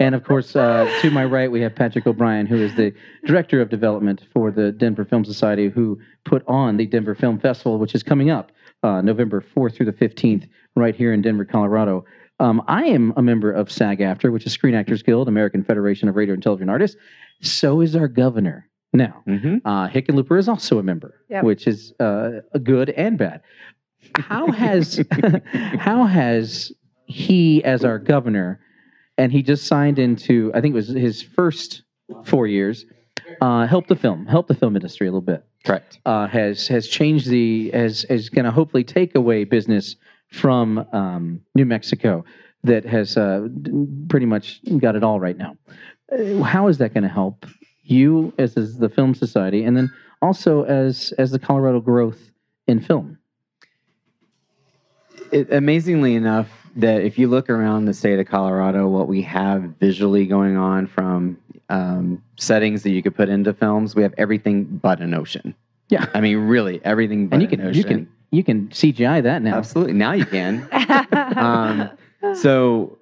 [SPEAKER 2] And of course, uh, to my right, we have Patrick O'Brien, who is the director of development for the Denver Film Society, who put on the Denver Film Festival, which is coming up uh, November 4th through the 15th, right here in Denver, Colorado. Um, I am a member of SAG AFTER, which is Screen Actors Guild, American Federation of Radio and Television Artists. So is our governor. Now,
[SPEAKER 3] Mm-hmm.
[SPEAKER 2] uh, Hickenlooper is also a member,
[SPEAKER 4] Yep.
[SPEAKER 2] which is uh, good and bad. How has how has he, as our governor, and he just signed into I think it was his first four years, uh, helped the film, helped the film industry a little bit.
[SPEAKER 3] Correct.
[SPEAKER 2] Uh, has has changed the has is going to hopefully take away business from um, New Mexico that has uh, d- pretty much got it all right now. Uh, How is that going to help you as, as the film society, and then also as as the Colorado growth in film?
[SPEAKER 3] it, amazingly enough, that if you look around the state of Colorado, what we have visually going on from um, settings that you could put into films, we have everything but an ocean.
[SPEAKER 2] Yeah.
[SPEAKER 3] I mean, really, everything but
[SPEAKER 2] and you
[SPEAKER 3] an
[SPEAKER 2] can
[SPEAKER 3] ocean.
[SPEAKER 2] you can you can CGI that now. *laughs*
[SPEAKER 4] *laughs*
[SPEAKER 3] absolutely now you can. um, so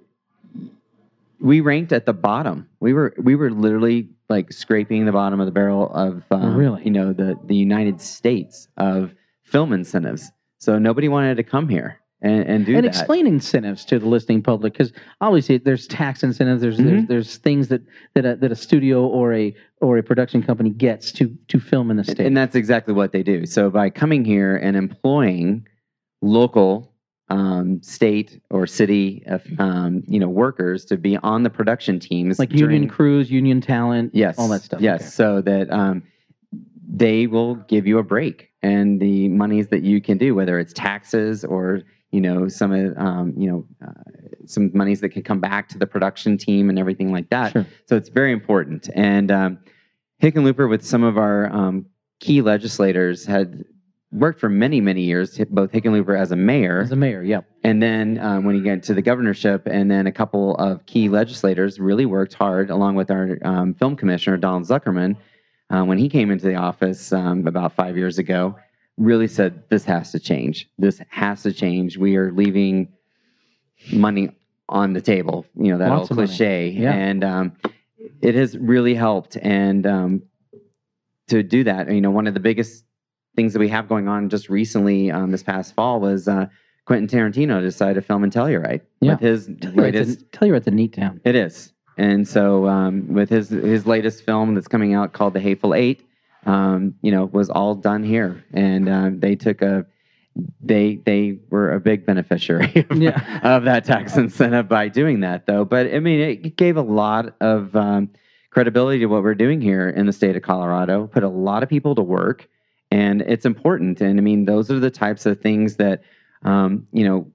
[SPEAKER 3] we ranked at the bottom. We were we were literally like scraping the bottom of the barrel of um,
[SPEAKER 2] Oh, Really?
[SPEAKER 3] you know the the United States of film incentives. So nobody wanted to come here and, and do
[SPEAKER 2] and
[SPEAKER 3] that.
[SPEAKER 2] explain incentives to the listening public because obviously there's tax incentives there's
[SPEAKER 3] Mm-hmm.
[SPEAKER 2] there's, there's things that that a, that a studio or a or a production company gets to to film in the
[SPEAKER 3] And-
[SPEAKER 2] state
[SPEAKER 3] And that's exactly what they do. So by coming here and employing local, um, state or city, uh, um, you know, workers to be on the production teams,
[SPEAKER 2] like union
[SPEAKER 3] during-
[SPEAKER 2] crews union talent
[SPEAKER 3] yes,
[SPEAKER 2] all that stuff
[SPEAKER 3] Yes, so that um, they will give you a break and the monies that you can do, whether it's taxes or you know some of um, you know uh, some monies that can come back to the production team and everything like that.
[SPEAKER 2] Okay. sure
[SPEAKER 3] So it's very important. And um, Hickenlooper, with some of our um, key legislators, had worked for many, many years, both Hickenlooper as a mayor
[SPEAKER 2] as a mayor yeah
[SPEAKER 3] and then um, when he got to the governorship, and then a couple of key legislators really worked hard, along with our um, film commissioner, Donald Zuckerman, uh, when he came into the office um, about five years ago, really said, This has to change. This has to change. We are leaving money on the table, you know, that
[SPEAKER 2] Lots
[SPEAKER 3] old
[SPEAKER 2] of money.
[SPEAKER 3] cliche.
[SPEAKER 2] Yeah.
[SPEAKER 3] And um, it has really helped. And um, to do that, you know, one of the biggest things that we have going on just recently um, this past fall was. Uh, Quentin Tarantino decided to film in Telluride
[SPEAKER 2] Yeah.
[SPEAKER 3] with his
[SPEAKER 2] Telluride's
[SPEAKER 3] latest.
[SPEAKER 2] a, Telluride's a neat town
[SPEAKER 3] It is, and so um, with his his latest film that's coming out called The Hateful Eight, um, you know, was all done here, and um, they took a they they were a big beneficiary *laughs* of,
[SPEAKER 2] Yeah.
[SPEAKER 3] of that tax incentive by doing that, though. But I mean, it gave a lot of um, credibility to what we're doing here in the state of Colorado. Put a lot of people to work, and it's important. And I mean, those are the types of things that um, you know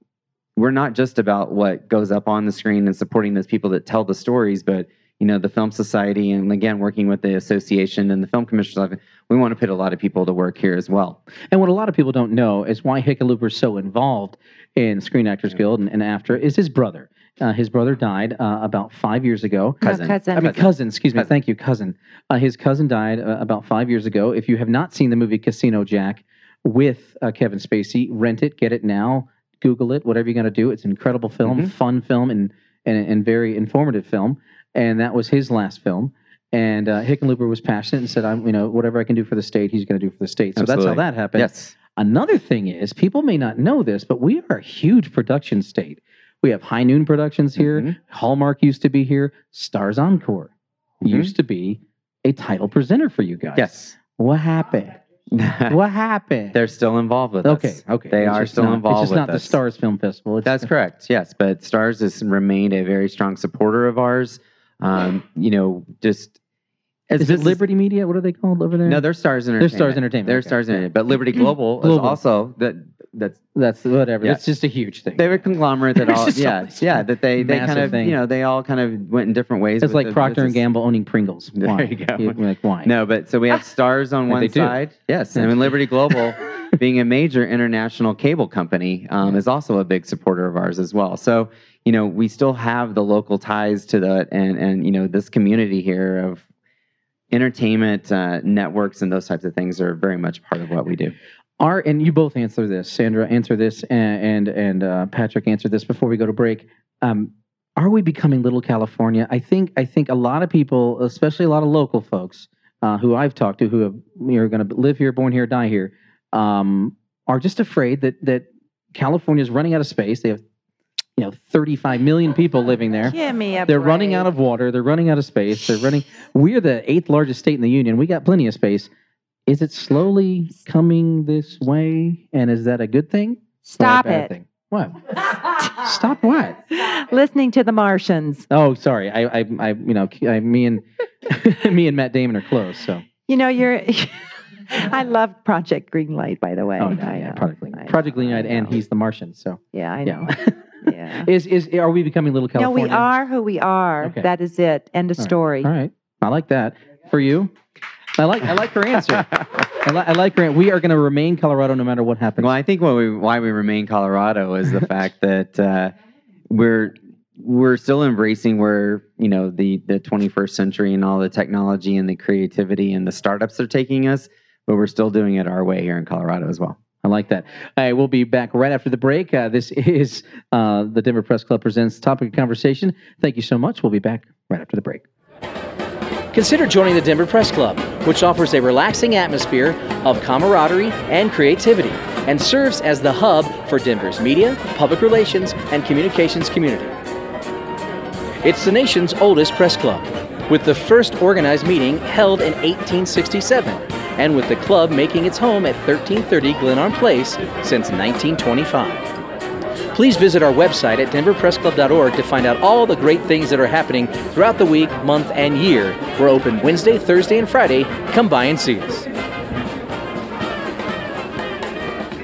[SPEAKER 3] we're not just about what goes up on the screen and supporting those people that tell the stories, but you know the film society and again working with the association and the film commissioner's office. We want to put a lot of people to work here as well.
[SPEAKER 2] And what a lot of people don't know is why Hickenlooper is so involved in Screen Actors Guild and, and after is his brother. Uh, his brother died uh, about five years ago.
[SPEAKER 4] No,
[SPEAKER 3] Cousin.
[SPEAKER 2] I mean, cousin, excuse me.
[SPEAKER 3] Cousin.
[SPEAKER 2] Thank you, cousin. Uh, his cousin died uh, about five years ago. If you have not seen the movie Casino Jack with uh, Kevin Spacey, rent it, get it now, Google it, whatever you're going to do. It's an incredible film,
[SPEAKER 3] Mhm.
[SPEAKER 2] fun film, and, and, and very informative film. And that was his last film. And uh, Hickenlooper was passionate and said, "I'm, you know, whatever I can do for the state, he's going to do for the state." So that's
[SPEAKER 3] Absolutely.
[SPEAKER 2] how that happened.
[SPEAKER 3] yes,
[SPEAKER 2] Another thing is, people may not know this, but we are a huge production state. We have High Noon Productions here.
[SPEAKER 3] Mhm.
[SPEAKER 2] Hallmark used to be here. Stars Encore
[SPEAKER 3] Mhm.
[SPEAKER 2] used to be a title presenter for you guys.
[SPEAKER 3] Yes,
[SPEAKER 2] What happened? What happened?
[SPEAKER 3] *laughs* they're still involved with
[SPEAKER 2] okay.
[SPEAKER 3] us.
[SPEAKER 2] Okay.
[SPEAKER 3] They
[SPEAKER 2] It's
[SPEAKER 3] are
[SPEAKER 2] just
[SPEAKER 3] still
[SPEAKER 2] not-
[SPEAKER 3] involved
[SPEAKER 2] It's just
[SPEAKER 3] with
[SPEAKER 2] not the
[SPEAKER 3] us.
[SPEAKER 2] Stars Film Festival. It's
[SPEAKER 3] That's correct. Yes, but Stars has remained a very strong supporter of ours. Um, you know, just as
[SPEAKER 2] Is it
[SPEAKER 3] business-
[SPEAKER 2] Liberty Media? What are they called over there?
[SPEAKER 3] No, they're Stars Entertainment.
[SPEAKER 2] Stars Entertainment,
[SPEAKER 3] They're
[SPEAKER 2] okay.
[SPEAKER 3] Stars Entertainment. But
[SPEAKER 2] *clears throat*
[SPEAKER 3] Liberty Global, is
[SPEAKER 2] Global.
[SPEAKER 3] also that that's
[SPEAKER 2] that's whatever.
[SPEAKER 3] Yeah.
[SPEAKER 2] That's just a huge thing.
[SPEAKER 3] they were a conglomerate
[SPEAKER 2] *laughs*
[SPEAKER 3] that
[SPEAKER 2] There's
[SPEAKER 3] all
[SPEAKER 2] just
[SPEAKER 3] yeah
[SPEAKER 2] always
[SPEAKER 3] yeah that they they kind
[SPEAKER 2] massive
[SPEAKER 3] of
[SPEAKER 2] thing.
[SPEAKER 3] you know they all kind of went in different ways.
[SPEAKER 2] it's
[SPEAKER 3] with
[SPEAKER 2] like
[SPEAKER 3] the
[SPEAKER 2] Procter and
[SPEAKER 3] business.
[SPEAKER 2] Gamble owning Pringles.
[SPEAKER 3] There
[SPEAKER 2] Why?
[SPEAKER 3] you go.
[SPEAKER 2] You're like why?
[SPEAKER 3] No, but so
[SPEAKER 2] *laughs*
[SPEAKER 3] we have stars on
[SPEAKER 2] Yeah,
[SPEAKER 3] one
[SPEAKER 2] they do.
[SPEAKER 3] side. Yes, and then
[SPEAKER 2] *laughs*
[SPEAKER 3] Liberty Global, being a major international cable company, um, is also a big supporter of ours as well. So you know we still have the local ties to the and and you know this community here of entertainment uh, networks and those types of things are very much part of what we do.
[SPEAKER 2] Our and you both answer this. Sandra, answer this, and and, and uh, Patrick, answer this before we go to break. Um, are we becoming little California? I think I think a lot of people, especially a lot of local folks uh, who I've talked to, who have, you know, are going to live here, born here, die here, um, are just afraid that that California is running out of space. They have you know 35 million people living there.
[SPEAKER 4] Give me a
[SPEAKER 2] They're running
[SPEAKER 4] break.
[SPEAKER 2] out of water. They're running out of space. They're running. We're the eighth largest state in the union. We got plenty of space. Is it slowly coming this way? And is that a good thing? or a
[SPEAKER 4] Stop
[SPEAKER 2] bad
[SPEAKER 4] it.
[SPEAKER 2] Thing? What? Stop what?
[SPEAKER 4] Listening to the Martians.
[SPEAKER 2] Oh, sorry. I, I, I you know, I, me and *laughs* me and Matt Damon are close. So.
[SPEAKER 4] You know, you're. *laughs* I love Project Greenlight, by the way.
[SPEAKER 2] Oh,
[SPEAKER 4] I
[SPEAKER 2] no, yeah,
[SPEAKER 4] know.
[SPEAKER 2] Project Green,
[SPEAKER 4] I
[SPEAKER 2] Project
[SPEAKER 4] know,
[SPEAKER 2] Green
[SPEAKER 4] I
[SPEAKER 2] Knight, and
[SPEAKER 4] know.
[SPEAKER 2] he's the Martian. So.
[SPEAKER 4] Yeah, I
[SPEAKER 2] Yeah.
[SPEAKER 4] know. Yeah.
[SPEAKER 2] *laughs* Is is are we becoming little
[SPEAKER 4] no,
[SPEAKER 2] California?
[SPEAKER 4] we are who we are.
[SPEAKER 2] Okay.
[SPEAKER 4] That is it. End of
[SPEAKER 2] All right.
[SPEAKER 4] story.
[SPEAKER 2] All right. I like that for you. I like I like her
[SPEAKER 3] *laughs*
[SPEAKER 2] answer. I, li- I like her. We are going to remain Colorado no matter what happens.
[SPEAKER 3] Well, I think what we why we remain Colorado *laughs* is the fact that uh, we're we're still embracing where you know the the 21st century and all the technology and the creativity and the startups are taking us, but we're still doing it our way here in Colorado as well.
[SPEAKER 5] I like that. All right, we'll be back right after the break. Uh, this is uh, the Denver Press Club Presents Topic of Conversation. Thank you so much. We'll be back right after the break. Consider joining the Denver Press Club, which offers a relaxing atmosphere of camaraderie and creativity and serves as the hub for Denver's media, public relations, and communications community. It's the nation's oldest press club, with the first organized meeting held in 1867, and with the club making its home at 1330 Glenarm Place since 1925. Please visit our website at denverpressclub.org to find out all the great things that are happening throughout the week, month, and year. We're open Wednesday, Thursday, and Friday. Come by and see us.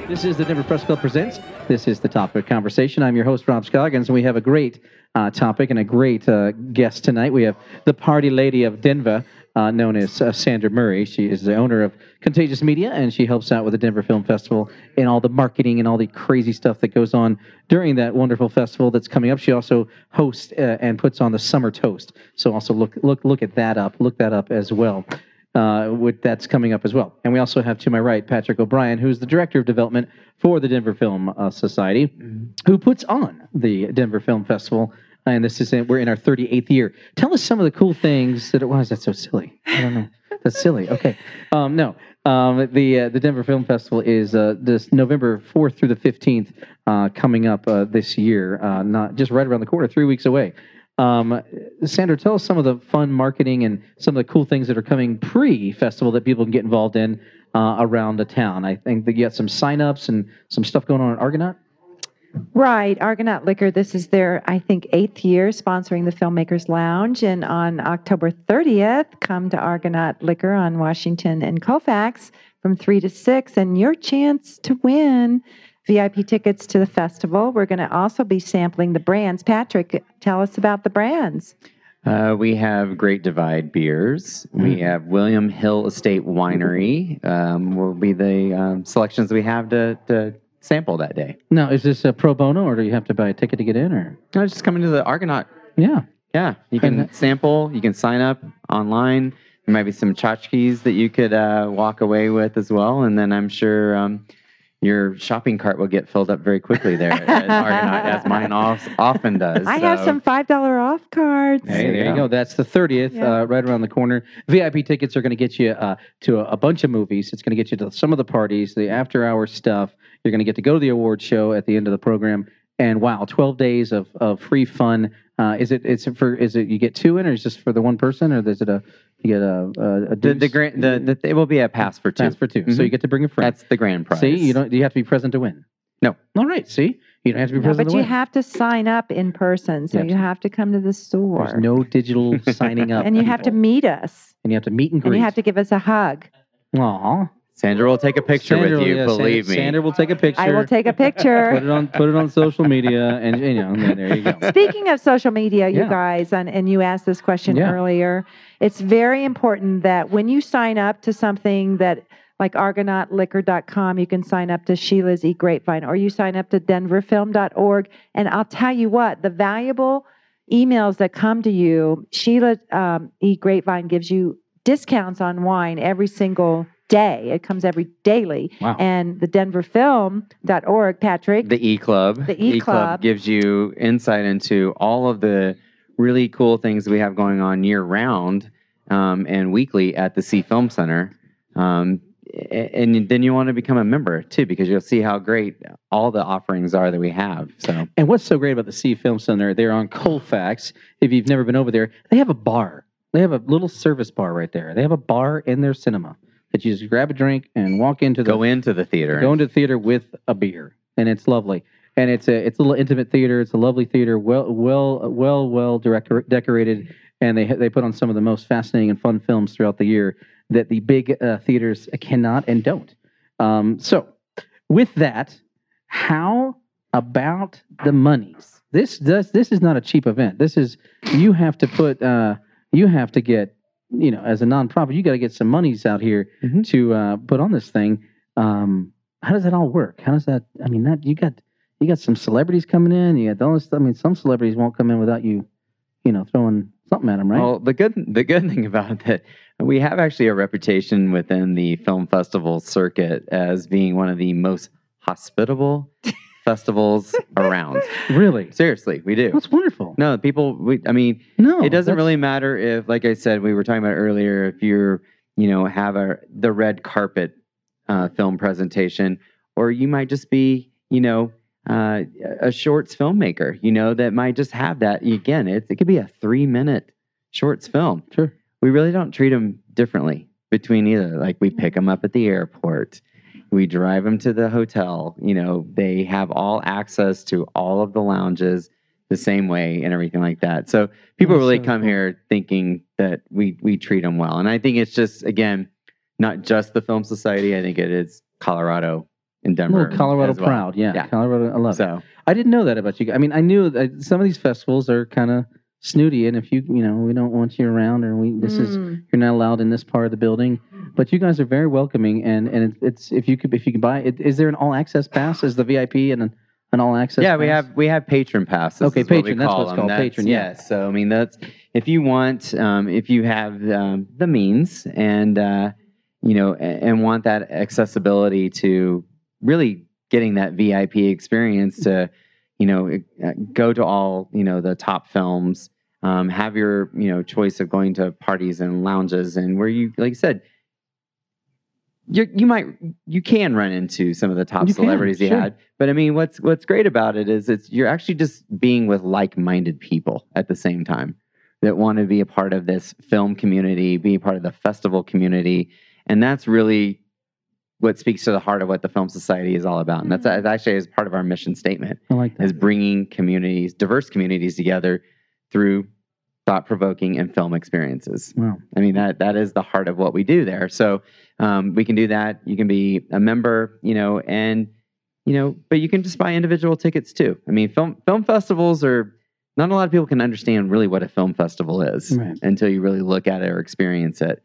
[SPEAKER 5] This is the Denver Press Club Presents. This is the topic of conversation. I'm your host, Rob Scoggins, and we have a great uh, topic and a great uh, guest tonight. We have the party lady of Denver, uh, known as uh, Sandra Murray. She is the owner of Contagious Media, and she helps out with the Denver Film Festival and all the marketing and all the crazy stuff that goes on during that wonderful festival that's coming up. She also hosts uh, and puts on the Summer Toast. So also look look look at that up. Look that up as well. Uh, with that's coming up as well. And we also have to my right Patrick O'Brien, who's the director of development for the Denver Film uh, Society, who puts on the Denver Film Festival. And this is we're in our 38th year. Tell us some of the cool things that it was. That's so silly. I don't know. That's silly. Okay. Um, no. Um, the uh, the Denver Film Festival is uh, this November 4th through the 15th uh, coming up uh, this year. Uh, not just right around the corner. Three weeks away. Um, Sandra, tell us some of the fun marketing and some of the cool things that are coming pre-festival that people can get involved in uh, around the town. I think that you got some signups and some stuff going on at Argonaut.
[SPEAKER 4] Right, Argonaut Liquor. This is their, I think, eighth year sponsoring the Filmmakers Lounge. And on October 30th, come to Argonaut Liquor on Washington and Colfax from 3 to 6, and your chance to win VIP tickets to the festival. We're going to also be sampling the brands. Patrick, tell us about the brands.
[SPEAKER 3] Uh, we have Great Divide beers. We have William Hill Estate Winery. Um, will be the um, selections we have to, to sample that day.
[SPEAKER 5] Now, is this a pro bono, or do you have to buy a ticket to get in? Or
[SPEAKER 3] No, just come into the Argonaut.
[SPEAKER 5] yeah,
[SPEAKER 3] Yeah, you can
[SPEAKER 5] *laughs* And-
[SPEAKER 3] sample. You can sign up online. There might be some tchotchkes that you could uh, walk away with as well, and then I'm sure. Um, your shopping cart will get filled up very quickly there
[SPEAKER 5] *laughs*
[SPEAKER 3] at Argonaut, as mine of- often does.
[SPEAKER 4] I have
[SPEAKER 3] so-
[SPEAKER 5] uh,
[SPEAKER 4] some $5 off cards.
[SPEAKER 3] Hey,
[SPEAKER 5] there,
[SPEAKER 3] there
[SPEAKER 5] you
[SPEAKER 3] you
[SPEAKER 5] go. That's the 30th,
[SPEAKER 4] Yeah.
[SPEAKER 5] uh, right around the corner. VIP tickets are going to get you uh, to a, a bunch of movies. It's going to get you to some of the parties, the after hour stuff. You're going to get to go to the award show at the end of the program. And wow, 12 days of, of free fun. Uh, is it? It's for. Is it? You get two in, or is it just for the one person, or is it a? You get a a, a
[SPEAKER 3] The, the,
[SPEAKER 5] deuce?
[SPEAKER 3] grand, the, the it will be a pass for two.
[SPEAKER 5] That's for 2 So
[SPEAKER 3] Mhm.
[SPEAKER 5] you get to bring a friend.
[SPEAKER 3] That's the grand prize.
[SPEAKER 5] See, you don't. You have to be present to win.
[SPEAKER 3] No.
[SPEAKER 5] All right. See, you don't have to be
[SPEAKER 4] No,
[SPEAKER 5] present
[SPEAKER 4] but
[SPEAKER 5] to
[SPEAKER 4] you
[SPEAKER 5] win.
[SPEAKER 4] have to sign up in person. So
[SPEAKER 5] Yes.
[SPEAKER 4] you have to come to the store.
[SPEAKER 5] There's no digital
[SPEAKER 4] *laughs*
[SPEAKER 5] signing up.
[SPEAKER 4] and you have to
[SPEAKER 5] people.
[SPEAKER 4] meet us.
[SPEAKER 5] And you have to meet and greet.
[SPEAKER 4] And you have to give us a hug.
[SPEAKER 5] Aw.
[SPEAKER 3] Sandra will take a picture
[SPEAKER 5] Sandra,
[SPEAKER 3] with you.
[SPEAKER 5] yeah, Sandra-
[SPEAKER 3] believe me.
[SPEAKER 5] Sandra will take a picture.
[SPEAKER 4] I will take a
[SPEAKER 5] Put
[SPEAKER 4] *laughs*
[SPEAKER 5] *laughs*
[SPEAKER 4] picture.
[SPEAKER 5] it on. Put it on social media, and you know, and then there you
[SPEAKER 4] *laughs*
[SPEAKER 5] go.
[SPEAKER 4] Speaking of social media, you
[SPEAKER 5] Yeah.
[SPEAKER 4] guys, and, and you asked this question
[SPEAKER 5] Yeah.
[SPEAKER 4] earlier, it's very important that when you sign up to something that like argonautliquor.com, you can sign up to Sheila's Eat Grapevine, or you sign up to denverfilm.org. And I'll tell you what, the valuable emails that come to you, Sheila um, Eat Grapevine gives you discounts on wine every single day. It comes every daily.
[SPEAKER 5] Wow.
[SPEAKER 4] And the denverfilm.org, Patrick.
[SPEAKER 3] The E Club.
[SPEAKER 4] The E Club.
[SPEAKER 3] gives you insight into all of the really cool things we have going on year round um, and weekly at the C Film Center. Um, a- and then you want to become a member too because you'll see how great all the offerings are that we have. So
[SPEAKER 5] And what's so great about the C Film Center? They're on Colfax. If you've never been over there, they have a bar. They have a little service bar right there. They have a bar in their cinema that you just grab a drink and walk into the
[SPEAKER 3] go into the theater.
[SPEAKER 5] Going to the theater with a beer, and it's lovely. And it's a it's a little intimate theater. It's a lovely theater, well well well well decor- decorated, and they they put on some of the most fascinating and fun films throughout the year that the big uh, theaters cannot and don't. Um, so, with that, how about the monies? This does this is not a cheap event. This is you have to put uh, you have to get you know as a nonprofit you got to get some monies out here
[SPEAKER 3] Mhm.
[SPEAKER 5] to uh, put on this thing. Um, how does that all work? How does that? I mean, that you got you got some celebrities coming in. You got all this. I mean, some
[SPEAKER 3] Oh,
[SPEAKER 5] celebrities won't come in without you, you know, throwing something at them, right?
[SPEAKER 3] Well, the good the good thing about *laughs* that We have actually a reputation within the film festival circuit as being one of the most hospitable
[SPEAKER 4] *laughs*
[SPEAKER 3] festivals around.
[SPEAKER 5] Really?
[SPEAKER 3] Seriously, we do.
[SPEAKER 5] That's wonderful.
[SPEAKER 3] No, people. We, I mean,
[SPEAKER 5] No,
[SPEAKER 3] it doesn't
[SPEAKER 5] Oh, that's-
[SPEAKER 3] really matter if, like I said, we were talking about earlier, if you're, you know, have a the red carpet uh, film presentation, or you might just be, you know, uh, a shorts filmmaker, you know, that might just have that. Again, it, it could be a three minute shorts film.
[SPEAKER 5] Sure.
[SPEAKER 3] We really don't treat them differently between either. Like we pick them up at the airport. We drive them to the hotel. You know, they have all access to all of the lounges the same way and everything like that. So people
[SPEAKER 5] That's
[SPEAKER 3] really
[SPEAKER 5] so
[SPEAKER 3] come
[SPEAKER 5] cool.
[SPEAKER 3] here thinking that we we treat them well, and I think it's just again not just the film society. I think it is Colorado and
[SPEAKER 5] A
[SPEAKER 3] Denver.
[SPEAKER 5] little Colorado
[SPEAKER 3] as well.
[SPEAKER 5] proud. Yeah,
[SPEAKER 3] Yeah.
[SPEAKER 5] Colorado. I love it.
[SPEAKER 3] So
[SPEAKER 5] I didn't know that about you. guys. I mean, I knew that some of these festivals are kind of snooty, and if you, you know, we don't want you around, or we, this is
[SPEAKER 4] Mm.
[SPEAKER 5] you're not allowed in this part of the building. But you guys are very welcoming, and and it, it's if you could if you could buy, it, is there an all access pass? Is the VIP and an, an all access?
[SPEAKER 3] yeah, we
[SPEAKER 5] pass?
[SPEAKER 3] have we have patron passes.
[SPEAKER 5] Okay,
[SPEAKER 3] is what we
[SPEAKER 5] patron, that's
[SPEAKER 3] call
[SPEAKER 5] what it's
[SPEAKER 3] them.
[SPEAKER 5] called, patron, yeah.
[SPEAKER 3] So I mean, that's if you want, um, if you have um, the means and uh, you know a- and want that accessibility to really getting that VIP experience to you know e- uh, go to all you know the top films. Um, have your you know choice of going to parties and lounges and where you like you said. You you might you can run into some of the top
[SPEAKER 5] You can,
[SPEAKER 3] celebrities you
[SPEAKER 5] sure.
[SPEAKER 3] had, but I mean, what's what's great about it is it's you're actually just being with like-minded people at the same time that want to be a part of this film community, be a part of the festival community, and that's really what speaks to the heart of what the film society is all about. And that's,
[SPEAKER 5] Mm-hmm.
[SPEAKER 3] that's actually is part of our mission statement
[SPEAKER 5] I like that.
[SPEAKER 3] is bringing communities, diverse communities together through thought-provoking and film experiences.
[SPEAKER 5] Wow.
[SPEAKER 3] I mean that that is the heart of what we do there. So um, we can do that. You can be a member, you know, and you know, but you can just buy individual tickets too. I mean, film film festivals are not a lot of people can understand really what a film festival is
[SPEAKER 5] Right.
[SPEAKER 3] until you really look at it or experience it.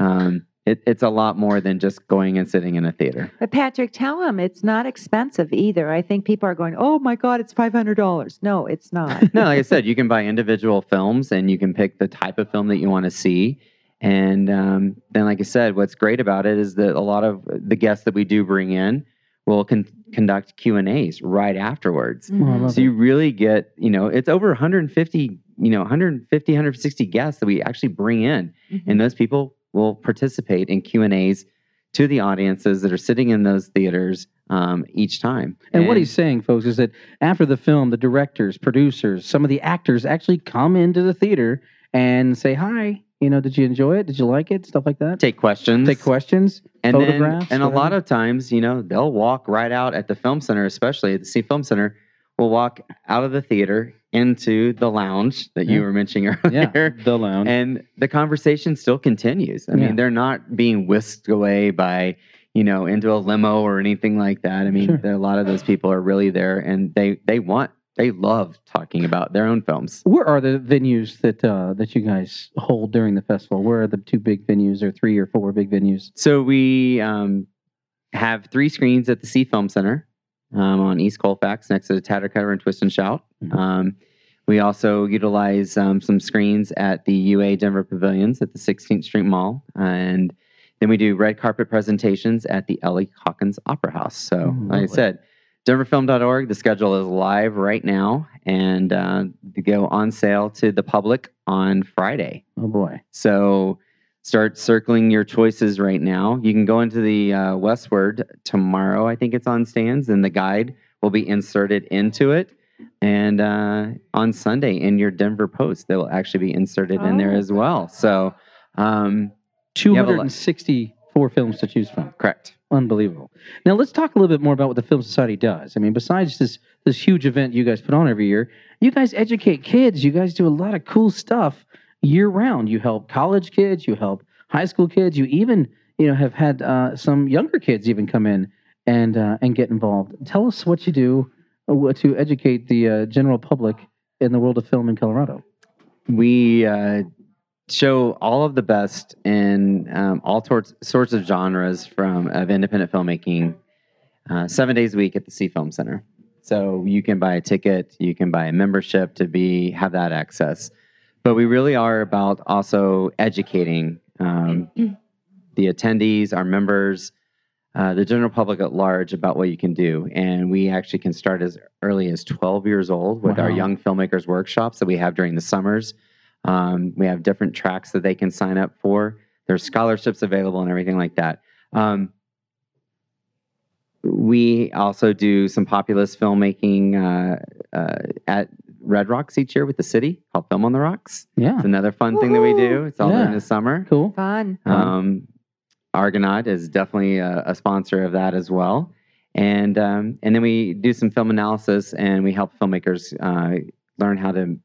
[SPEAKER 3] Um, it it's a lot more than just going and sitting in a theater.
[SPEAKER 4] But Patrick, tell them it's not expensive either. I think people are going, "Oh my God, it's five hundred dollars." No, it's
[SPEAKER 5] *laughs*
[SPEAKER 4] not.
[SPEAKER 3] No, like I said, you can buy individual films and you can pick the type of film that you want to see. And um, then, like I said, what's great about it is that a lot of the guests that we do bring in will con- conduct Q and A's right afterwards.
[SPEAKER 5] Well, I
[SPEAKER 4] Mm-hmm.
[SPEAKER 5] love
[SPEAKER 3] So you really get, you know, it's over 150, you know, 150, 160 guests that we actually bring in, and those people will participate in Q and A's to the audiences that are sitting in those theaters um, each time.
[SPEAKER 5] And what he's saying, folks, is that after the film, the directors, producers, some of the actors actually come into the theater and say, "Hi, you know, did you enjoy it? Did you like it? Stuff like that."
[SPEAKER 3] take questions.
[SPEAKER 5] Take
[SPEAKER 3] *laughs*
[SPEAKER 5] questions.
[SPEAKER 3] and then-
[SPEAKER 5] photographs,
[SPEAKER 3] and a lot
[SPEAKER 5] whatever.
[SPEAKER 3] of times, you know, they'll walk right out at the film center, especially at the C Film Center. Will walk out of the theater into the lounge that you
[SPEAKER 5] Yeah.
[SPEAKER 3] were mentioning *laughs*
[SPEAKER 5] Yeah,
[SPEAKER 3] earlier,
[SPEAKER 5] the lounge.
[SPEAKER 3] and the conversation still continues. I
[SPEAKER 5] Yeah.
[SPEAKER 3] mean, they're not being whisked away by you know into a limo or anything like that. I mean,
[SPEAKER 5] Sure.
[SPEAKER 3] the- a lot of those people are really there, and they they want they love talking about their own films.
[SPEAKER 5] Where are the venues that uh, that you guys hold during the festival? Where are the two big venues, or three or four big venues?
[SPEAKER 3] So we um, have three screens at the Sea Film Center um, on East Colfax, next to the Tattercutter and Twist and Shout.
[SPEAKER 5] Mhm.
[SPEAKER 3] Um, we also utilize um, some screens at the UA Denver Pavilions at the 16th Street Mall, and then we do red carpet presentations at the Ellie Hawkins Opera House. So,
[SPEAKER 5] Mm,
[SPEAKER 3] like I
[SPEAKER 5] lovely.
[SPEAKER 3] said, DenverFilm.org. The schedule is live right now, and uh, they go on sale to the public on Friday.
[SPEAKER 5] Oh boy,
[SPEAKER 3] So start circling your choices right now. You can go into the uh, Westward tomorrow. I think it's on stands, and the guide will be inserted into it. And uh, on Sunday in your Denver Post, they will actually be inserted in there
[SPEAKER 4] Oh.
[SPEAKER 3] as well. So, um,
[SPEAKER 5] two
[SPEAKER 3] have a
[SPEAKER 5] hundred
[SPEAKER 3] lot.
[SPEAKER 5] and sixty-four films to choose from.
[SPEAKER 3] correct.
[SPEAKER 5] Unbelievable. Now let's talk a little bit more about what the Film Society does. I mean, besides this this huge event you guys put on every year, you guys educate kids. You guys do a lot of cool stuff year round. You help college kids. You help high school kids. You even you know have had uh, some younger kids even come in and uh, and get involved. Tell us what you do uh, wh- to educate the uh, general public in the world of film in Colorado.
[SPEAKER 3] we uh, show all of the best in um, all torts, sorts of genres from of independent filmmaking uh, seven days a week at the Sea Film Center. So you can buy a ticket, you can buy a membership to be have that access. But we really are about also educating um, the attendees, our members, uh, the general public at large about what you can do. And we actually can start as early as 12 years old with our
[SPEAKER 5] Wow.
[SPEAKER 3] young filmmakers workshops that we have during the summers. Um, we have different tracks that they can sign up for. There's scholarships available and everything like that. Um, we also do some populist filmmaking uh, uh, at Red Rocks each year with the city called Film on the Rocks.
[SPEAKER 5] Yeah.
[SPEAKER 3] It's another fun thing that we do. It's all
[SPEAKER 5] Yeah.
[SPEAKER 3] during the summer.
[SPEAKER 5] Cool.
[SPEAKER 4] Fun.
[SPEAKER 3] Um, Argonaut is definitely a, a sponsor of that as well. And um, and then we do some film analysis and we help filmmakers uh, learn how to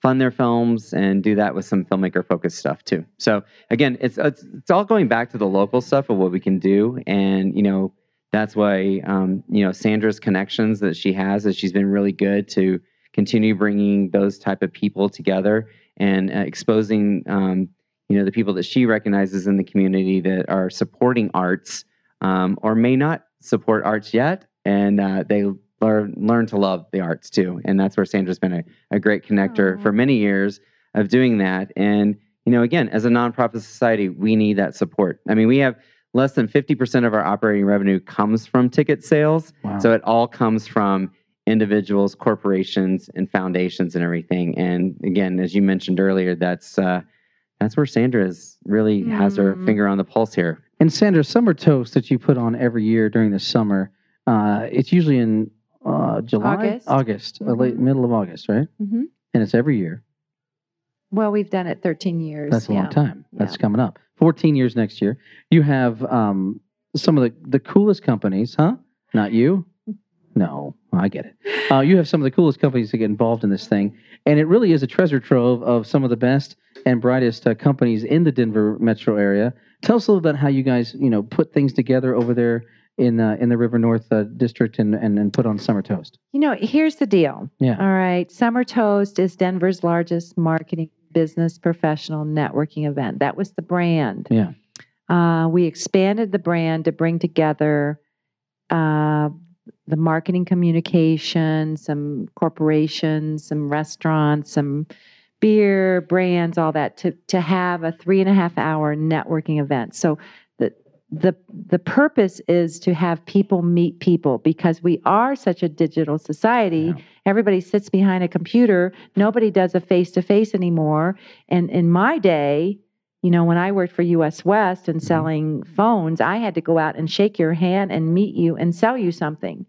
[SPEAKER 3] fund their films and do that with some filmmaker focused stuff too. So again, it's, it's it's all going back to the local stuff of what we can do, and you know that's why um, you know Sandra's connections that she has is she's been really good to continue bringing those type of people together and uh, exposing um, you know the people that she recognizes in the community that are supporting arts um, or may not support arts yet and uh, they learn learn to love the arts too and that's where sandra's been a, a great connector
[SPEAKER 4] Aw.
[SPEAKER 3] for many years of doing that and you know again as a nonprofit society we need that support i mean we have less than 50% of our operating revenue comes from ticket sales
[SPEAKER 5] Wow.
[SPEAKER 3] so it all comes from individuals, corporations, and foundations and everything. And again, as you mentioned earlier, that's uh, that's where Sandra is really has her
[SPEAKER 4] Mhm.
[SPEAKER 3] finger on the pulse here.
[SPEAKER 5] And Sandra, summer toast that you put on every year during the summer, uh, it's usually in uh, July,
[SPEAKER 4] August.
[SPEAKER 5] August, uh, late
[SPEAKER 4] Mhm.
[SPEAKER 5] middle of August, right?
[SPEAKER 4] Mhm.
[SPEAKER 5] And it's every year.
[SPEAKER 4] Well, we've done it 13 years.
[SPEAKER 5] That's a long
[SPEAKER 4] yeah.
[SPEAKER 5] time. That's coming up. 14 years next year. You have um, some of the, the coolest companies, huh?
[SPEAKER 4] *laughs*
[SPEAKER 5] Not you? No, I get it. Uh, you have some of the coolest companies that get involved in this thing. And it really is a treasure trove of some of the best and brightest uh, companies in the Denver metro area. Tell us a little bit how you guys, you know, put things together over there in uh, in the River North uh, district and, and and put on summer toast.
[SPEAKER 4] You know, here's the deal.
[SPEAKER 5] Yeah.
[SPEAKER 4] All right. Summer Toast is Denver's largest marketing business professional networking event. That was the brand.
[SPEAKER 5] Yeah.
[SPEAKER 4] Uh, we expanded the brand to bring together uh, the marketing communication, some corporations, some restaurants, some beer brands, all that to, to have a three and a half hour networking event. So the, the, the purpose is to have people meet people because we are such a digital society.
[SPEAKER 5] Yeah.
[SPEAKER 4] Everybody sits behind a computer. Nobody does a face to face anymore. And in my day, you know, when I worked for US West and
[SPEAKER 5] Mhm.
[SPEAKER 4] selling phones, I had to go out and shake your hand and meet you and sell you something.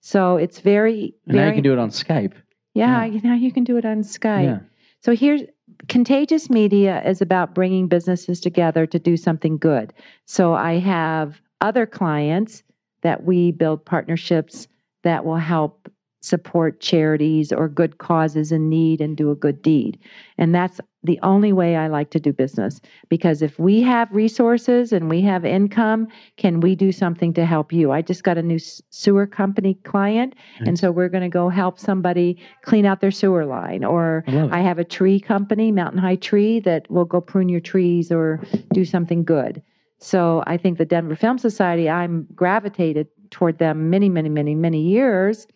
[SPEAKER 4] So it's very,
[SPEAKER 5] And
[SPEAKER 4] very
[SPEAKER 5] now you can do it on Skype.
[SPEAKER 4] yeah,
[SPEAKER 5] yeah.
[SPEAKER 4] You now you can do it on Skype.
[SPEAKER 5] Yeah.
[SPEAKER 4] So here's contagious media is about bringing businesses together to do something good. So I have other clients that we build partnerships that will help support charities or good causes in need and do a good deed. And that's the only way I like to do business because if we have resources and we have income, can we do something to help you? I just got a new s- sewer company client and so we're going to go help somebody clean out their sewer line or
[SPEAKER 5] I love it.
[SPEAKER 4] I have a tree company, Mountain High Tree, that will go prune your trees or do something good. So I think the Denver Film Society, I'm gravitated toward them many, many, many, many years